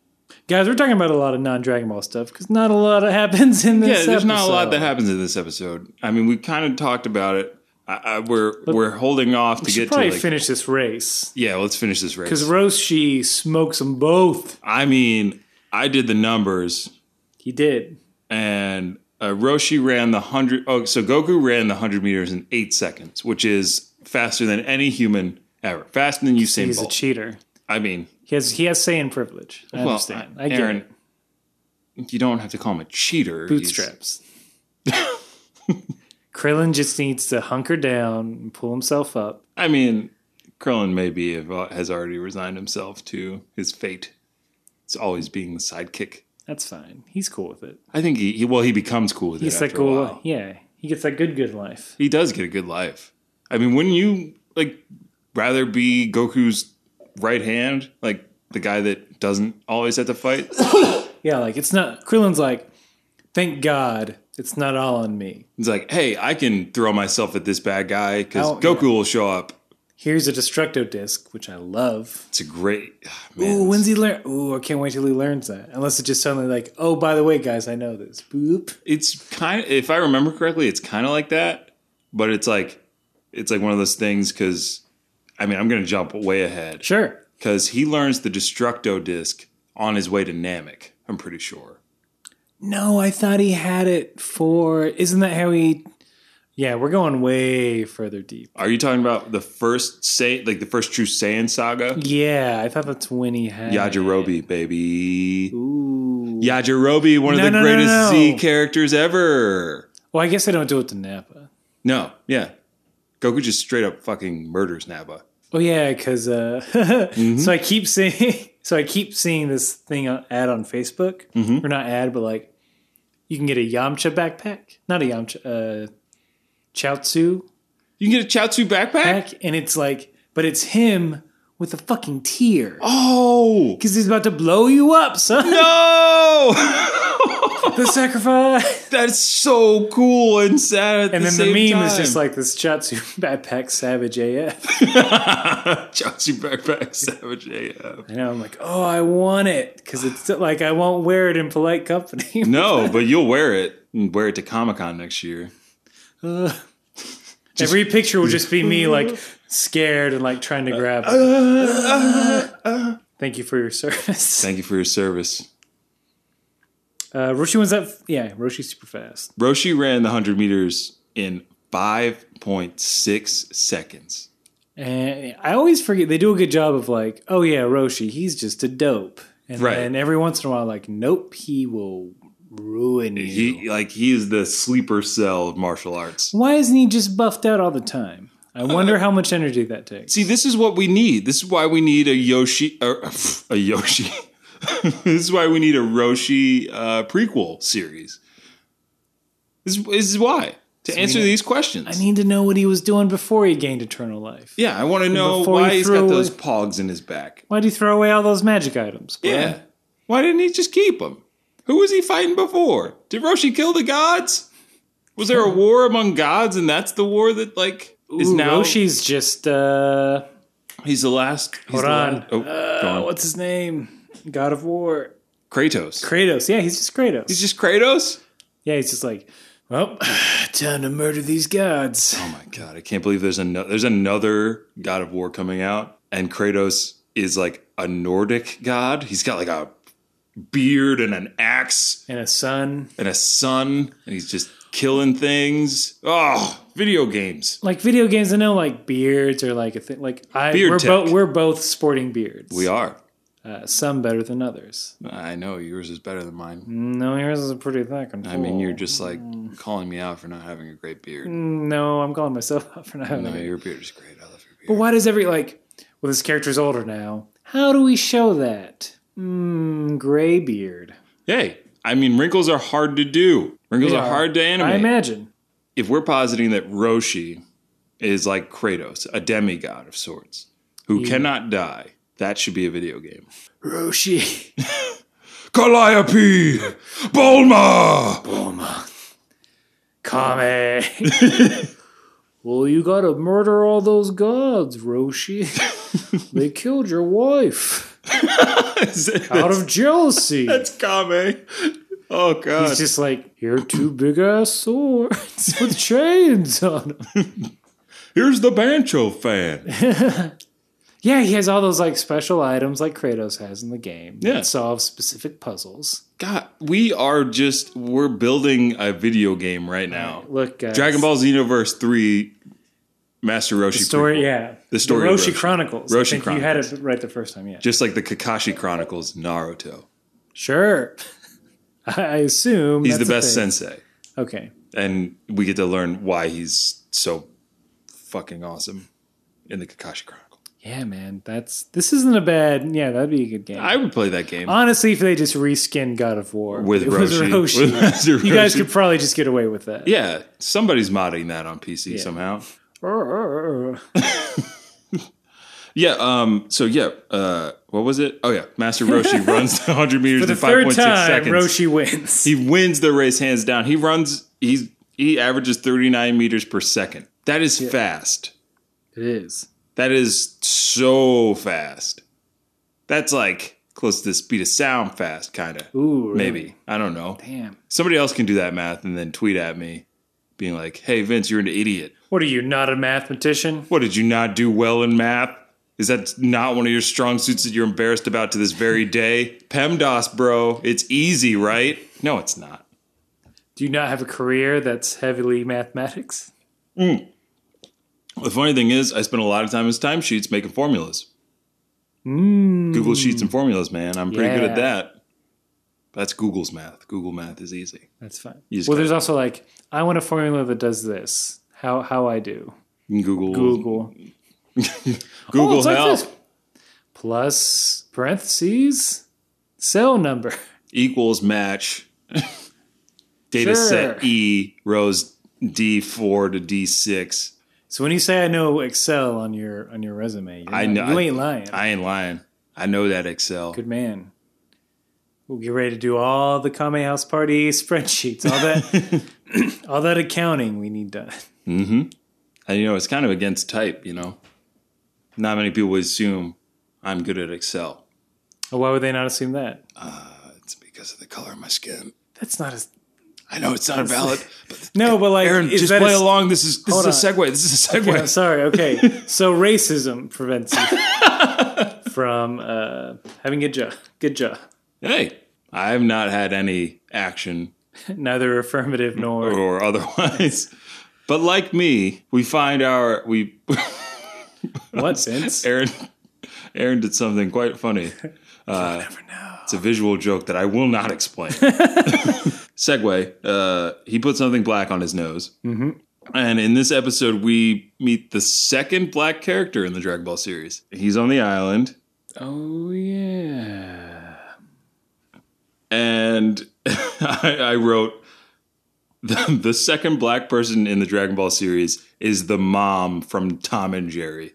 Guys, we're talking about a lot of non Dragon Ball stuff because not a lot happens in this. Yeah, there's not a lot that episode. happens in this episode. I mean, we kind of talked about it. I, I, we're we're holding off to We should get to probably like, finish this race yeah. Let's finish this race. because Roshi smokes them both. I mean, I did the numbers, He did. and uh, Roshi ran the hundred. Oh, so Goku ran the hundred meters in eight seconds, which is faster than any human ever. Faster than Usain He's a Bolt. cheater. I mean, He has he has saying privilege. I well, understand. I, get Aaron, it. you don't have to call him a cheater. He's- bootstraps. Krillin just needs to hunker down and pull himself up. I mean, Krillin maybe have, has already resigned himself to his fate. It's always being the sidekick. That's fine. He's cool with it. I think he, he well, he becomes cool with He's it like, after a cool. while. Yeah, he gets that good good life. He does get a good life. I mean, wouldn't you like rather be Goku's right hand, like the guy that doesn't always have to fight? Yeah, like it's not. Krillin's like, thank God it's not all on me. It's like, hey, I can throw myself at this bad guy because Oh, Goku will show up. Here's a destructo disc, which I love. It's a great ah, Ooh, man. when's he learn? Ooh, I can't wait till he learns that. Unless it's just suddenly like, oh, by the way, guys, I know this. Boop. it's kind if i remember correctly it's kind of like that but it's like it's like one of those things because i mean i'm gonna jump way ahead Sure. because he learns the destructo disc on his way to namek i'm pretty sure No, I thought he had it for. Isn't that how he? Yeah, we're going way further deep. are you talking about the first say like the first true saiyan saga Yeah, I thought that's when he had. yajirobe baby Ooh. yajirobe one No, of the no, no, greatest no. z characters ever Well, I guess I don't do it to Nappa. no yeah goku just straight up fucking murders nappa Oh yeah, because uh, so I keep saying so I keep seeing this thing on, ad on Facebook, or not ad, but like you can get a Yamcha backpack, not a Yamcha, uh, Chaozu You can get a Chaozu backpack? back, and it's like, but it's him with a fucking tear Oh because he's about to blow you up, son. no! the sacrifice. That's so cool and sad. At And then the same the meme time. is just like this Chatsu backpack savage AF. Chaozu backpack savage AF. And I'm like, oh, I want it because it's like I won't wear it in polite company. No, but you'll wear it and wear it to Comic Con next year. Every picture will just be me like scared and like trying Uh, to grab. it. Thank you for your service. Thank you for your service. Uh, Roshi wins that. Yeah, Roshi super fast. Roshi ran the 100 meters in 5.6 seconds. And I always forget they do a good job of like, oh yeah, Roshi, he's just a dope. And Right. then every once in a while, like, nope, he will ruin you. He like he is the sleeper cell of martial arts. Why isn't he just buffed out all the time? I wonder how much energy that takes. See, this is what we need. This is why we need a Yoshi or a Yoshi. this is why we need a Roshi uh, prequel series. This, is- this is why to answer mean, these questions. I need to know what he was doing before he gained eternal life. yeah, I want to know before why he he's threw got away- those pogs in his back. Why'd he throw away all those magic items? bro? Yeah, why didn't he just keep them? Who was he fighting before? Did Roshi kill the gods? Was there a war among gods, and that's the war that like is Ooh, now? Roshi's just uh He's the last. He's Hold the on. la- Oh, go on. what's his name? God of War. Kratos. Kratos. Yeah, he's just Kratos. He's just Kratos. yeah, he's just like, well, time to murder these gods. Oh my god, I can't believe there's another there's another God of War coming out, and Kratos is like a Nordic god. He's got like a beard and an axe And a son. and a sun, and he's just killing things. Oh, video games. Like video games, I know like beards are like a thing. Like I, Beard we're tech. both we're both sporting beards. We are. Uh, some better than others. I know yours is better than mine. No, yours is pretty thick. And I mean, you're full. just like calling me out for not having a great beard. Mm, No, I'm calling myself out for not having No, it. your beard is great. I love your But beard. why does every like? Well, this character's older now. How do we show that? Mmm, gray beard. Hey, I mean, wrinkles are hard to do. Wrinkles They are, are. hard to animate. I imagine. if we're positing that Roshi is like Kratos, a demigod of sorts, who cannot die, that should be a video game. Roshi. Calliope! Bulma! Kame. well, you gotta murder all those gods, Roshi. they killed your wife out of jealousy. That's Kame. Oh, God. It's just like, here are two big ass swords with chains on them. Here's the Bancho fan. Yeah, he has all those like special items like Kratos has in the game Yeah. that solve specific puzzles. God, we are just, we're building a video game right Uh, now. Look, guys, Dragon Ball Xenoverse 3, Master Roshi. story. prequel. Yeah, The story of Roshi, Roshi. Chronicles. I Roshi think You had it right the first time. Yeah, Just like the Kakashi Chronicles, Naruto. sure. I I assume He's that's the a best thing. sensei. Okay, and we get to learn why he's so fucking awesome in the Kakashi Chronicle. yeah, man, that's this isn't a bad. Yeah, that'd be a good game. I would play that game Honestly, if they just reskin God of War with it Roshi. was Roshi, With Master you guys Roshi. could probably just get away with that. yeah, somebody's modding that on PC somehow. Yeah. Um. So yeah. Uh. What was it? Oh yeah. Master Roshi runs the 100 meters For the in 5.6 third time, seconds. Roshi wins. He wins the race hands down. He runs. He's he averages 39 meters per second. That is fast. it is. That is so fast. That's like close to the speed of sound fast, kind of. Ooh, really? Maybe. I don't know. Damn. Somebody else can do that math and then tweet at me being like, hey, Vince, you're an idiot. What are you, not a mathematician? What did you not do well in math? Is that not one of your strong suits that you're embarrassed about to this very day? PEMDAS, bro. It's easy, right? No, it's not. Do you not have a career that's heavily mathematics? The funny thing is, I spent a lot of time as timesheets making formulas. Google Sheets and formulas, man. I'm pretty good at Hmm. Yeah. that. That's Google's math. Google math is easy. That's fine. You just Well, there's also like, I want a formula that does this. How how I do. Google Google. Google Oh, it's like help. this. plus parentheses cell number. equals match data Sure. set E rows D4 to D6. So when you say I know Excel on your on your resume, you're I not- know- you ain't lying. I ain't lying. I know that Excel. Good man. We'll get ready to do all the Kame House Party spreadsheets, all that, all that accounting we need done. And you know, it's kind of against type, you know. Not many people would assume I'm good at Excel. Why would they not assume that? It's because of the color of my skin. That's not as I know it's not valid. But no, but like Eh, Aaron, is just that play a- along. This is this Hold is a segue. This is a segue. Okay, I'm sorry. Okay, so racism prevents you from uh, having a job. Good job. Hey, I have not had any action Neither affirmative nor or otherwise. But like me, we find our we what sense. Aaron Aaron did something quite funny. never know. It's a visual joke that I will not explain. Segway. Uh, he put something black on his nose. Mm-hmm. And in this episode, we meet the second black character in the Dragon Ball series. He's on the island, Oh yeah. and I, I wrote the, the second black person in the Dragon Ball series is the mom from Tom and Jerry.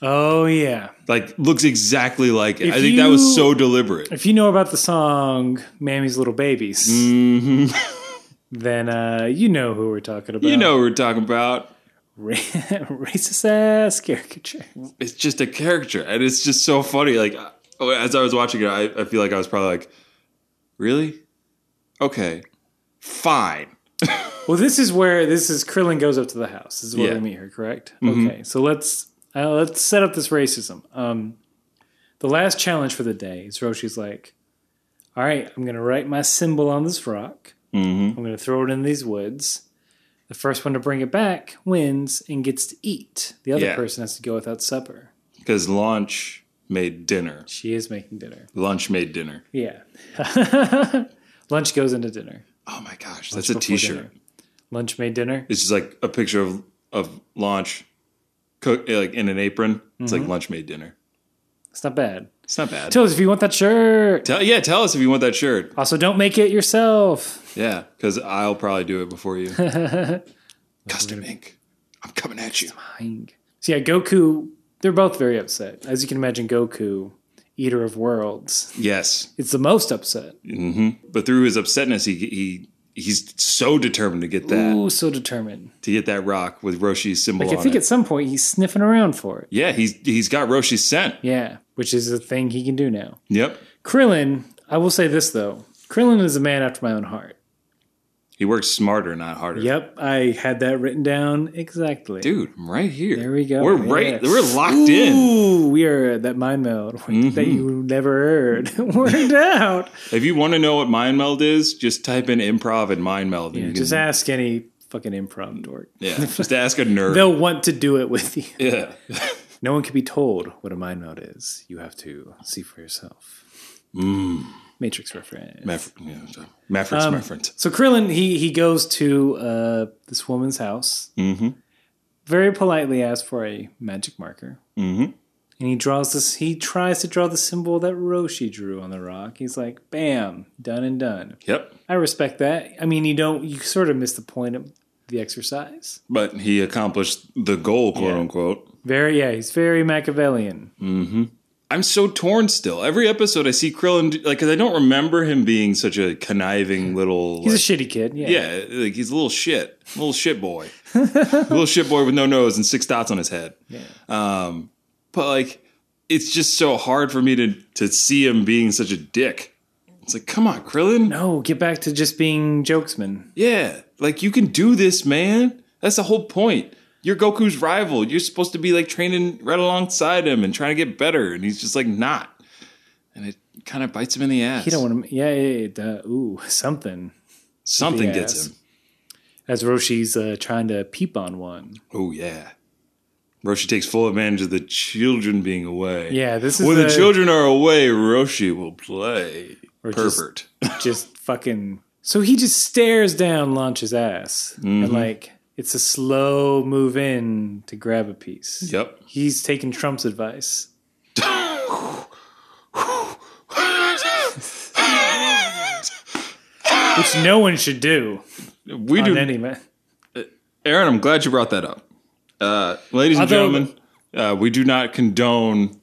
Oh yeah. Like, looks exactly like it. If I think that was you- so deliberate. If you know about the song "Mammy's Little Babies," then uh, you know who we're talking about. Mm-hmm. You know what we're talking about. Ra- racist ass caricature. it's just a character and it's just so funny like I- as i was watching it i, I feel like i was probably like really okay fine Well, this is where this is Krillin goes up to the house. This is where Yeah. Mm-hmm. we meet her, correct? Okay, so let's uh, let's set up this racism. Um, the last challenge for the day is Roshi's like, "All right, I'm going to write my symbol on this rock. mm-hmm. I'm going to throw it in these woods. The first one to bring it back wins and gets to eat. The other Yeah. person has to go without supper. because lunch made dinner She is making dinner. lunch made dinner Yeah, lunch goes into dinner. oh my gosh that's a before t-shirt dinner. Lunch made dinner. it's just like a picture of of lunch cook like in an apron it's Mm-hmm. like lunch made dinner It's not bad. it's not bad Tell us if you want that shirt. tell, yeah tell us if you want that shirt Also, don't make it yourself. yeah because i'll probably do it before you custom ink i'm coming at you Dang. So yeah, Goku. They're both very upset, as you can imagine. Goku, eater of worlds, yes it's the most upset. hmm But through his upsetness, he he he's so determined to get that Ooh, so determined. to get that rock with Roshi's symbol Like I on think it. at some point he's sniffing around for it. yeah, he's he's got Roshi's scent. Yeah, which is a thing he can do now. Yep, Krillin. I will say this though. Krillin is a man after my own heart. he works smarter, not harder. Yep, I had that written down exactly. Dude, I'm right here. There we go. We're Yeah. right. We're locked in. Mm-hmm. Ooh, we are at that mind meld that you never heard. Word out. If you want to know what mind meld is, just type in improv and mind meld. And you Just can, ask any fucking improv dork. yeah, just ask a nerd. They'll want to do it with you. yeah, No one can be told what a mind meld is. You have to see for yourself. Matrix reference. Maver- yeah, so- Mavericks, Um, my friend. So Krillin, he he goes to uh, this woman's house. Mhm. Very politely asks for a magic marker, Mhm. and he draws this. He tries to draw the symbol that Roshi drew on the rock. He's like, "Bam, done and done." Yep, I respect that. I mean, you don't. You sort of miss the point of the exercise. but he accomplished the goal, quote unquote. Very, yeah, he's very Machiavellian. I'm so torn still. Every episode I see Krillin, do- like, because I don't remember him being such a conniving little. He's like- a shitty kid. Yeah. yeah, like he's a little shit, a little shit boy, a little shit boy with no nose and six dots on his head. Yeah. Um, but like, it's just so hard for me to to see him being such a dick. It's like, come on, Krillin. No, get back to just being jokesman. Yeah, like you can do this, man. That's the whole point. You're Goku's rival. You're supposed to be like training right alongside him and trying to get better, and he's just like not. And it kind of bites him in the ass. You don't want to. Yeah, yeah, yeah. duh, Ooh, something. Something the gets ass. him. as Roshi's uh, trying to peep on one. Oh yeah. Roshi takes full advantage of the children being away. Yeah, this is When a- the children are away, Roshi will play just- pervert. just fucking. So he just stares down Launch's ass, Mm-hmm. and like it's a slow move in to grab a piece. yep. He's taking Trump's advice. which no one should do We on do, any man. Aaron. I'm glad you brought that up, uh, ladies and Although- gentlemen. Uh, we do not condone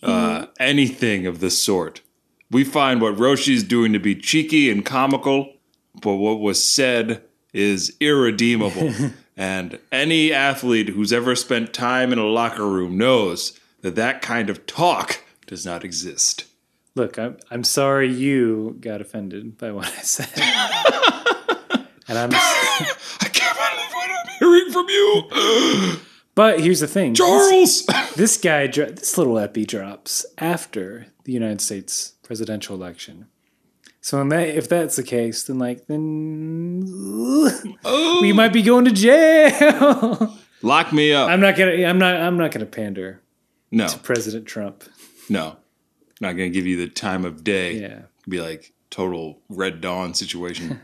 uh, anything of this sort. We find what Roshi is doing to be cheeky and comical, but what was said is irredeemable. and any athlete who's ever spent time in a locker room knows that that kind of talk does not exist. Look, I'm I'm sorry you got offended by what I said, and I'm. I can't believe what I'm hearing from you, But here's the thing, Charles. this guy, dro- this little epi drops after the United States presidential election. So in that, if that's the case, then like then we might be going to jail. Lock me up. I'm not gonna. I'm not. I'm not gonna pander no, to President Trump. no, not gonna give you the time of day. Yeah, Be like total Red Dawn situation.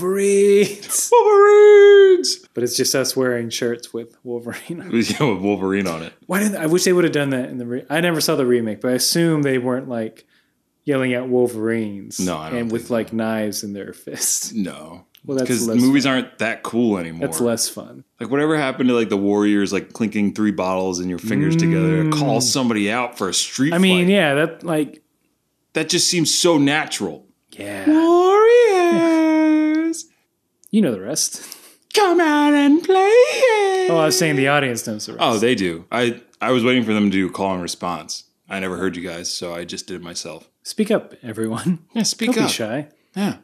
Wolverines. Wolverines. but it's just us wearing shirts with Wolverine. on. Yeah, with Wolverine on it. Why didn't I wish they would have done that in the? Re- I never saw the remake, but I assume they weren't like yelling at Wolverines. No, I don't and think with like knives in their fists. No, Well, that's because less movies aren't that cool anymore. That's less fun. Like whatever happened to like the Warriors, like clinking three bottles in your fingers together to call somebody out for a street. Mm. I mean, fight. yeah, that like that just seems so natural. yeah, Warriors, you know the rest. come out and play. Oh, I was saying the audience knows the rest. Oh, they do. I I was waiting for them to do call and response. I never heard you guys, so I just did it myself. speak up, everyone. Yeah, speak Don't be up. shy. Yeah,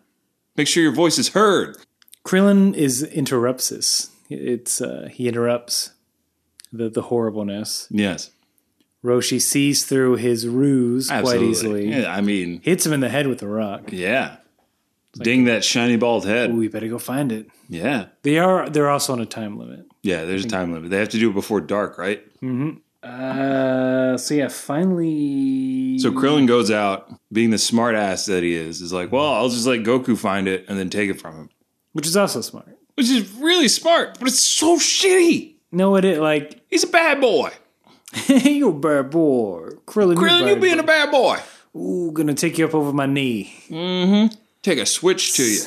make sure your voice is heard. Krillin is interrupts us. It's uh, he interrupts the the horribleness. Yes, Roshi sees through his ruse absolutely. quite easily. Yeah, I mean, Hits him in the head with a rock. yeah. Ding that shiny bald head. Ooh, we better go find it. Yeah, They are they're also on a time limit. yeah. There's a time limit. They have to do it before dark, right? Uh, so yeah, finally. So Krillin goes out, being the smart ass that he is, is like, well, I'll just let Goku find it and then take it from him, which is also smart. which is really smart, but it's so shitty. No, it, it like He's a bad boy. you a bad boy, Krillin. Krillin, you bad being a bad boy. Ooh, gonna take you up over my knee. Take a switch to you.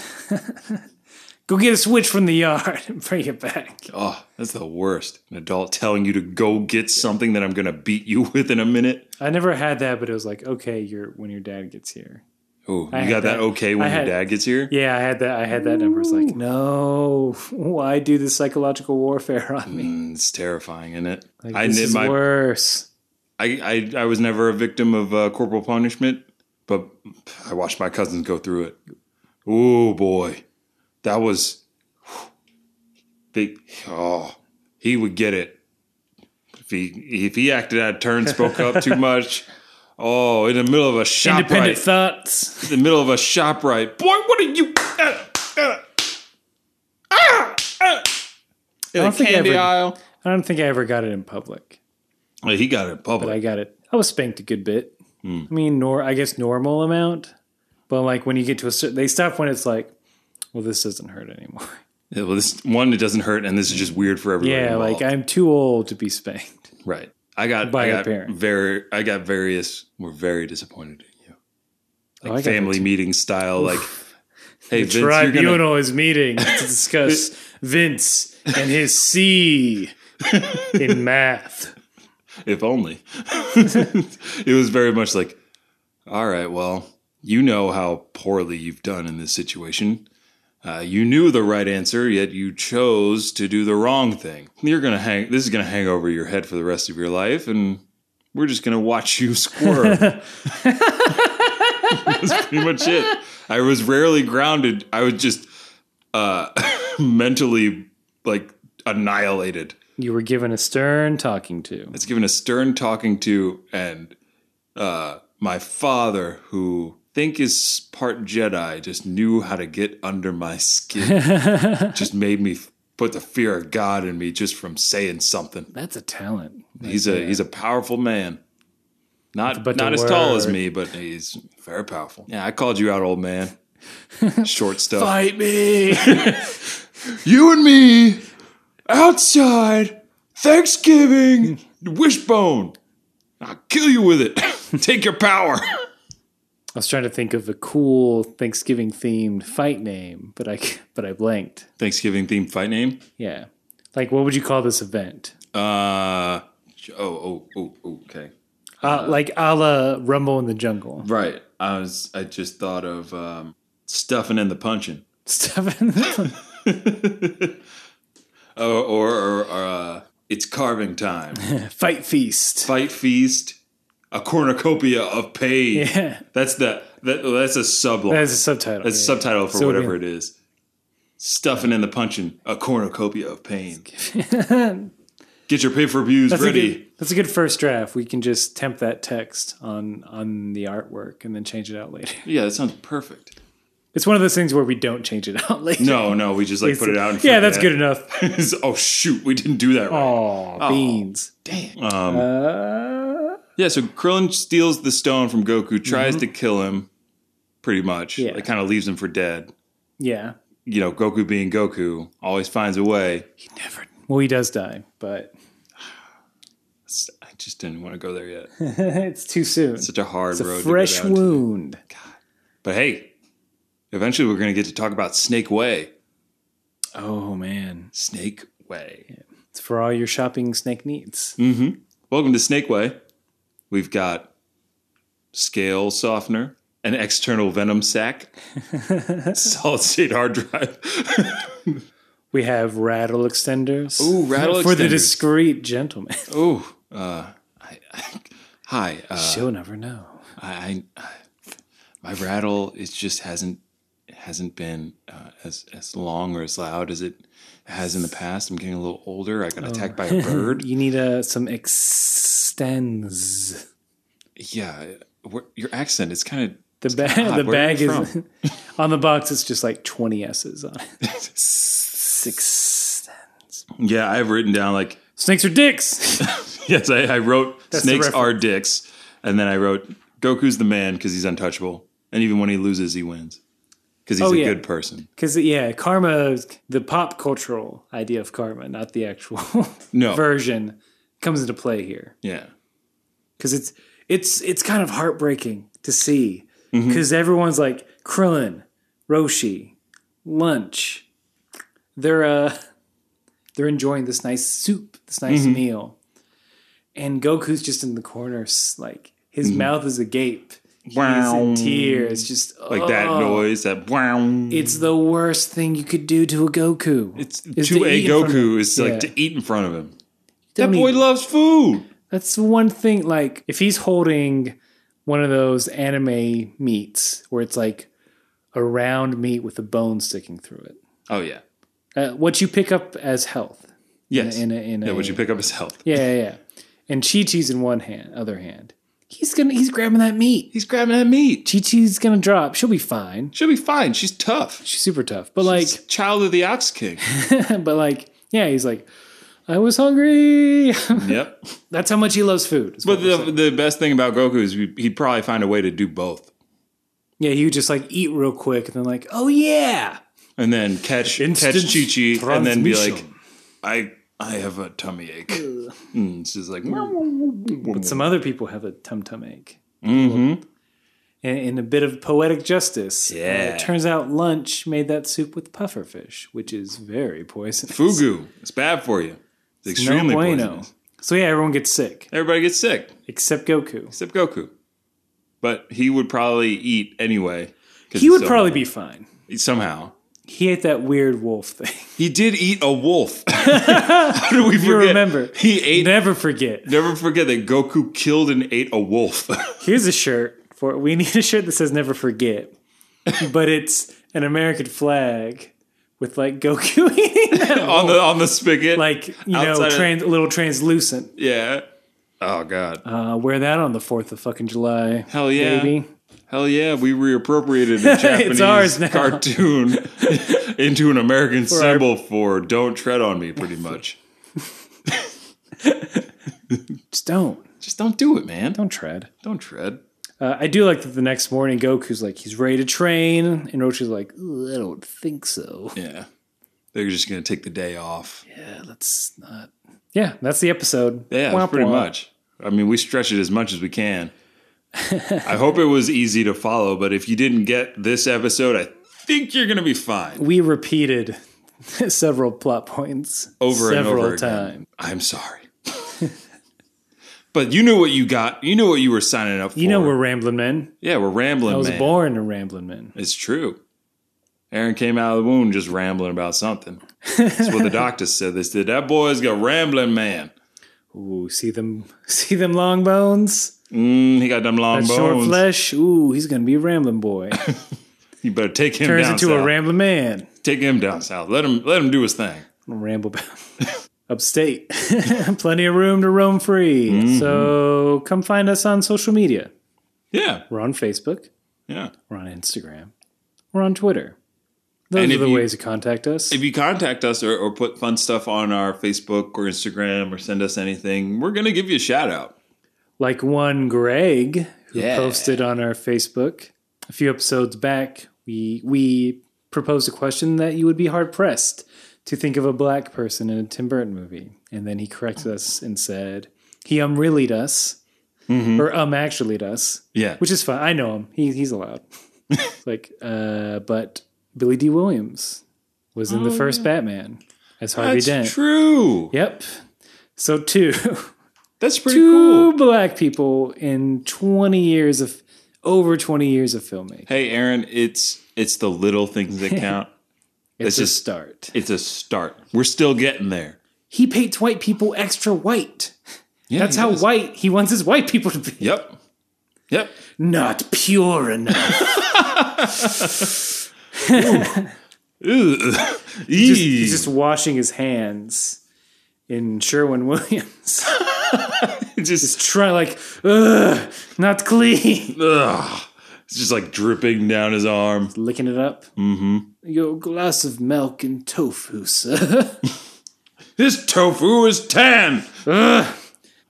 Go get a switch from the yard and bring it back. Oh, that's the worst. An adult telling you to go get something that I'm going to beat you with in a minute. I never had that, but it was like, okay, you're when your dad gets here. Oh, you had got that, that. okay when I your had- dad gets here? Yeah, I had that. I had that number. It's like, no, why do this psychological warfare on me? Mm, it's terrifying, isn't it? Like, I, this knit is my, worse. I, I, I was never a victim of uh, corporal punishment, but I watched my cousins go through it. Oh, boy. That was. They, oh, he would get it. If he, if he acted out of turn, spoke up too much. Oh, in the middle of a shop Independent right. thoughts. in the middle of a shop right. Boy, what are you? Ah, ah, ah, ah. In don't the think I candy ever- aisle. I don't think I ever got it in public, Well, he got it in but public. I got it. I was spanked a good bit. Hmm. I mean, nor I guess normal amount, but like when you get to a certain, they stop when it's like, well, this doesn't hurt anymore. Yeah, well, this one it doesn't hurt, and this is just weird for everyone. Yeah, involved. like I'm too old to be spanked. right. I got by I a got parent. very I got various. We're very disappointed in you. Oh, Like I got family meeting style. Like, hey, Vince, you're tribunal gonna is meeting to discuss Vince and his C in math. if only. it was very much like, all right, well, you know how poorly you've done in this situation. Uh, you knew the right answer, yet you chose to do the wrong thing. You're gonna hang. This is gonna hang over your head for the rest of your life, and we're just gonna watch you squirm. That's pretty much it. I was rarely grounded. I was just uh, mentally like annihilated. You were given a stern talking to. It's given a stern talking to, and uh, my father, who think is part Jedi, just knew how to get under my skin. just made me f- put the fear of God in me just from saying something. That's a talent. He's a he's a powerful man. Not But the not as tall as word- me, but he's very powerful. Yeah, I called you out, old man. Short stuff. Fight me. You and me outside Thanksgiving wishbone. I'll kill you with it. Take your power. I was trying to think of a cool Thanksgiving themed fight name, but I but I blanked. Thanksgiving themed fight name. Yeah, like what would you call this event? Uh oh oh oh okay. Uh, like a la Rumble in the Jungle. Right. I was I just thought of um, stuffing and the punching. Stuff in the- Or Oh, or, or, or uh, it's carving time. fight feast. Fight feast. A cornucopia of pain. Yeah. That's the that, that's a subline. That's a subtitle. That's a Yeah. subtitle for So whatever good. it is. Stuffing in the punching, a cornucopia of pain. Get your paper views That's a, ready. good, that's a good first draft. We can just temp that text on on the artwork and then change it out later. Yeah, that sounds perfect. It's one of those things where we don't change it out later. No, no, we just like put it out. And yeah, that's good enough. good. oh shoot, we didn't do that right. Oh, beans. Dang. Um, yeah, so Krillin steals the stone from Goku, tries to kill him, pretty much. Mm-hmm. Yeah. It kind of leaves him for dead. Yeah. You know, Goku being Goku always finds a way. He never. Well, he does die, but It's- I just didn't want to go there yet. it's too soon. It's Such a hard a road. fresh to go down. wound. But hey, eventually we're going to get to talk about Snake Way. Oh man, Snake Way. it's for all your shopping snake needs. Welcome to Snake Way. We've got scale softener, an external venom sac, solid state hard drive. We have rattle extenders. Ooh, rattle for the extenders. discreet gentleman. Oh, uh, I, I, hi. Uh, She'll never know. I, I, my rattle it just hasn't it hasn't been uh, as as long or as loud as it has in the past. I'm getting a little older. I got attacked by a bird. You need uh, some extends. yeah, where, your accent it's kind of The bag, the Where are bag you is on the box. It's just like twenty s's on it. Six. yeah. I've written down like Snakes are dicks. yes. I, I wrote the snakes reference. are dicks, and then I wrote Goku's the man because he's untouchable, and even when he loses, he wins because he's Oh, a yeah. good person. Because yeah, karma, is- the pop cultural idea of karma, not the actual No. version, comes into play here. Yeah, Because it's it's it's kind of heartbreaking to see. Mm-hmm. Because everyone's like Krillin, Roshi, lunch. They're uh, they're enjoying this nice soup, this nice Mm-hmm. meal, and Goku's just in the corner, s- like his mouth is agape. He's in Mm-hmm. Wow. tears, just oh, like that noise, that wow. it's the worst thing you could do to a Goku. It's Is to to a eat in front of Goku is like Yeah. to eat in front of him. Don't that boy eat. loves food. That's the one thing. Like, if he's holding one of those anime meats where it's like a round meat with a bone sticking through it, Oh yeah, uh, what you pick up as health. yes. In a, in a, yeah, would you pick up his health? Yeah, yeah, yeah. And Chi Chi's in one hand, other hand. He's gonna. He's grabbing that meat. He's grabbing that meat. Chi Chi's gonna drop. She'll be fine. She'll be fine. She's tough. She's super tough. But like, She's child of the Ox King. but like, yeah. He's like, I was hungry. yep. That's how much he loves food. is what But we're the, the best thing about Goku is we- he'd probably find a way to do both, Yeah, you just like eat real quick and then like, oh yeah. and then catch Instant catch Chi Chi, and then be like, transmission. I I have a tummy ache. and she's like, mm, "Meow, meow, meow, meow." Some other people have a tum tum ache. Mm-hmm. And, and a bit of poetic justice. Uh, Yeah. it turns out lunch made that soup with pufferfish, which is very poisonous. fugu. It's bad for you. It's extremely poisonous. So yeah, everyone gets sick Everybody gets sick. except Goku. except Goku. But he would probably eat anyway. 'cause He it's would so- probably be fine. somehow. He ate that weird wolf thing. He did eat a wolf. How do we forget? remember. he ate. Never forget. Never forget that Goku killed and ate a wolf. Here's a shirt for we need a shirt that says never forget. But it's an American flag with like Goku eating that on the on the spigot. like you know Outside of- trans, little translucent yeah. Oh god. uh, wear that on the 4th of fucking july Hell yeah. baby Hell yeah. We reappropriated a Japanese ours now. cartoon into an American our- symbol for "Don't tread on me." Pretty much. just don't Just don't do it, man. Don't, don't tread don't tread. uh, i do like that the next morning goku's like he's ready to train and rochi's like "Ooh, i don't think so Yeah. They're just gonna take the day off. yeah let's not yeah that's the episode Yeah, Womp pretty womp. much. I mean, we stretch it as much as we can. I hope it was easy to follow, but if you didn't get this episode, I think you're going to be fine. We repeated several plot points Over and several over again. times. I'm sorry. but you knew what you got. You knew what you were signing up for. You know we're rambling men. Yeah, we're rambling, I was man. born a rambling man. It's true. Aaron came out of the womb just rambling about something. That's what the doctors said. They said, that boy's got rambling man. Ooh, see them, see them long bones, Mm, he got them long that short bones. flesh. Ooh, he's gonna be a rambling boy. You better take him Turns down into south. a rambling man. take him down south. Let him let him do his thing. Ramble bound. Upstate, plenty of room to roam free. Mm-hmm. So come find us on social media. Yeah, We're on Facebook. yeah. We're on Instagram. We're on Twitter. Those And are if the you- ways to contact us. If you contact us or, or put fun stuff on our Facebook or Instagram or send us anything, we're gonna give you a shout out. like one Greg who Yeah. posted on our Facebook a few episodes back. We we proposed a question that you would be hard pressed to think of a black person in a Tim Burton movie, and then he corrected us and said he um reallyed us Mm-hmm. or um actuallyed us, Yeah, which is fine. I know him. He, he's allowed. like, uh, but Billy D. Williams was in the first Batman as Harvey Oh, that's Dent. true. Yep. So two. That's pretty two cool. black people in 20 years of over 20 years of filmmaking. Hey, Aaron, it's it's the little things that count. It's That's a just- start. it's a start. We're still getting there. He paints white people extra white. Yeah, That's he how does. white he wants his white people to be. Yep. Yep. Not pure enough. Ugh. Just- Eee. he's just washing his hands in Sherwin Williams. just Try like, ugh, not clean. ugh. It's just like dripping down his arm. Licking it up. Mm-hmm. Your glass of milk and tofu, sir. This tofu is tan.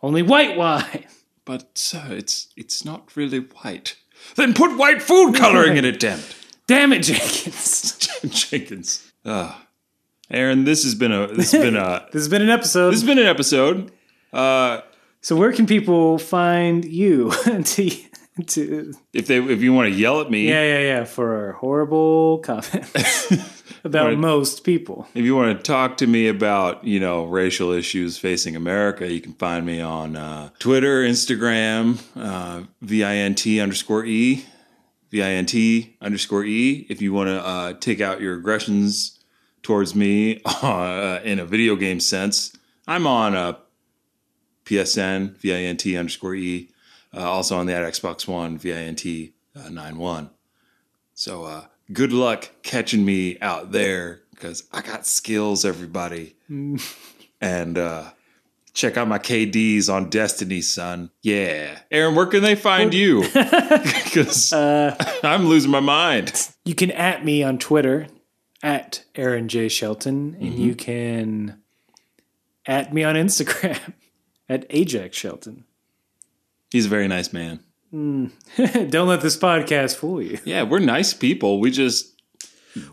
Only white wine. But sir, it's it's not really white. Then put white food coloring in it, damn Damn it, Jenkins. it. Jenkins. Ah, Aaron, this has been a this has been a This has been an episode. this has been an episode. Uh, So where can people find you to to if they if you want to yell at me, Yeah, yeah, yeah, for our horrible comments about Right. most people. if you want to talk to me about you know racial issues facing America, you can find me on uh, Twitter, Instagram, uh, vint underscore e, vint underscore e. If you want to uh, take out your aggressions towards me uh, in a video game sense, I'm on uh, PSN vint underscore e, uh, also on the at Xbox One vint uh, nine one. So uh, good luck catching me out there because I got skills, everybody. and uh, check out my KDs on Destiny, son. Yeah. Aaron, where can they find you? Because I'm losing my mind. You can at me on Twitter at Aaron J Shelton, and you can at me on Instagram at Ajax Shelton. He's a very nice man. Don't let this podcast fool you. Yeah, we're nice people. We just.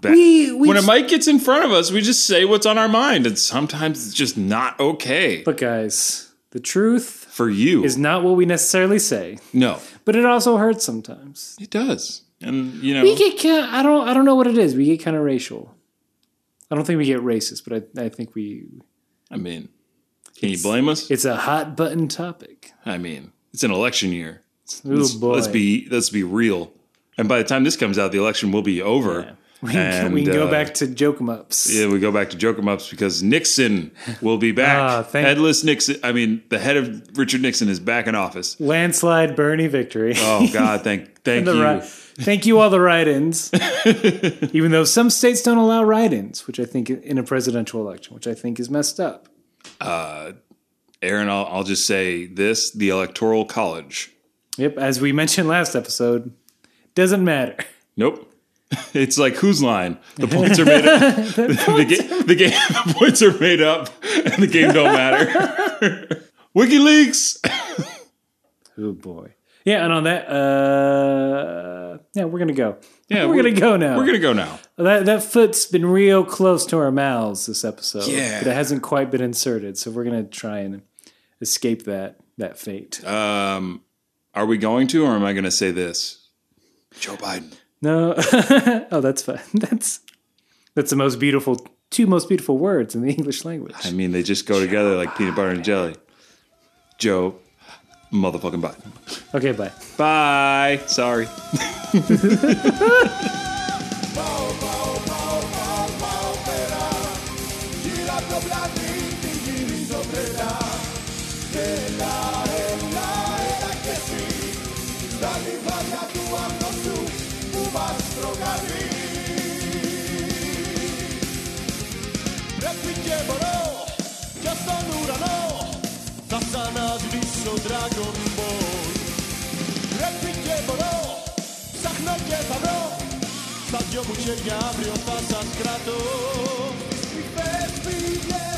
That, We we when a just- mic gets in front of us, we just say what's on our mind, and sometimes it's just not okay Look, guys, the truth for you. is not what we necessarily say, no, but it also hurts sometimes. it does, and you know We get kind. I don't. I don't know what it is. We get kind of racial. I don't think we get racist, but I, I think we. I mean, can you blame us? It's a hot button topic. I mean, it's an election year. Ooh Let's, boy. let's be let's be real. And by the time this comes out, the election will be over. Yeah. We can, we And, can go uh, back to joke 'em ups. Yeah, we go back to joke 'em ups because Nixon will be back. Ah, thank- Headless Nixon. I mean, the head of Richard Nixon is back in office. Landslide Bernie victory. Oh God, thank thank The you. ri- Thank you all the write-ins. Even though some states don't allow write-ins, which I think in a presidential election, which I think is messed up. Aaron, I'll, I'll just say this: the Electoral College. Yep, as we mentioned last episode, doesn't matter. Nope. It's like whose line? The points are made up. the, ga- the game the points are made up, and the game don't matter. WikiLeaks. Oh boy. Yeah, and on that, uh, yeah, we're gonna go. Yeah, we're, gonna go now. Uh, We're gonna go now. That that foot's been real close to our mouths this episode. Yeah. But it hasn't quite been inserted, so we're gonna try and escape that. that fate. Um, are we going to, or am I going to say this? Joe Biden. No. oh, that's fun. That's that's the most beautiful two most beautiful words in the English language. I mean, they just go together like peanut butter and jelly. Joe, motherfucking Biden. Okay, bye. Bye. Sorry. Dragon Ball Replikje bolo, sahnoje pablo Zabio mu się diabli, opasa z kratą I bez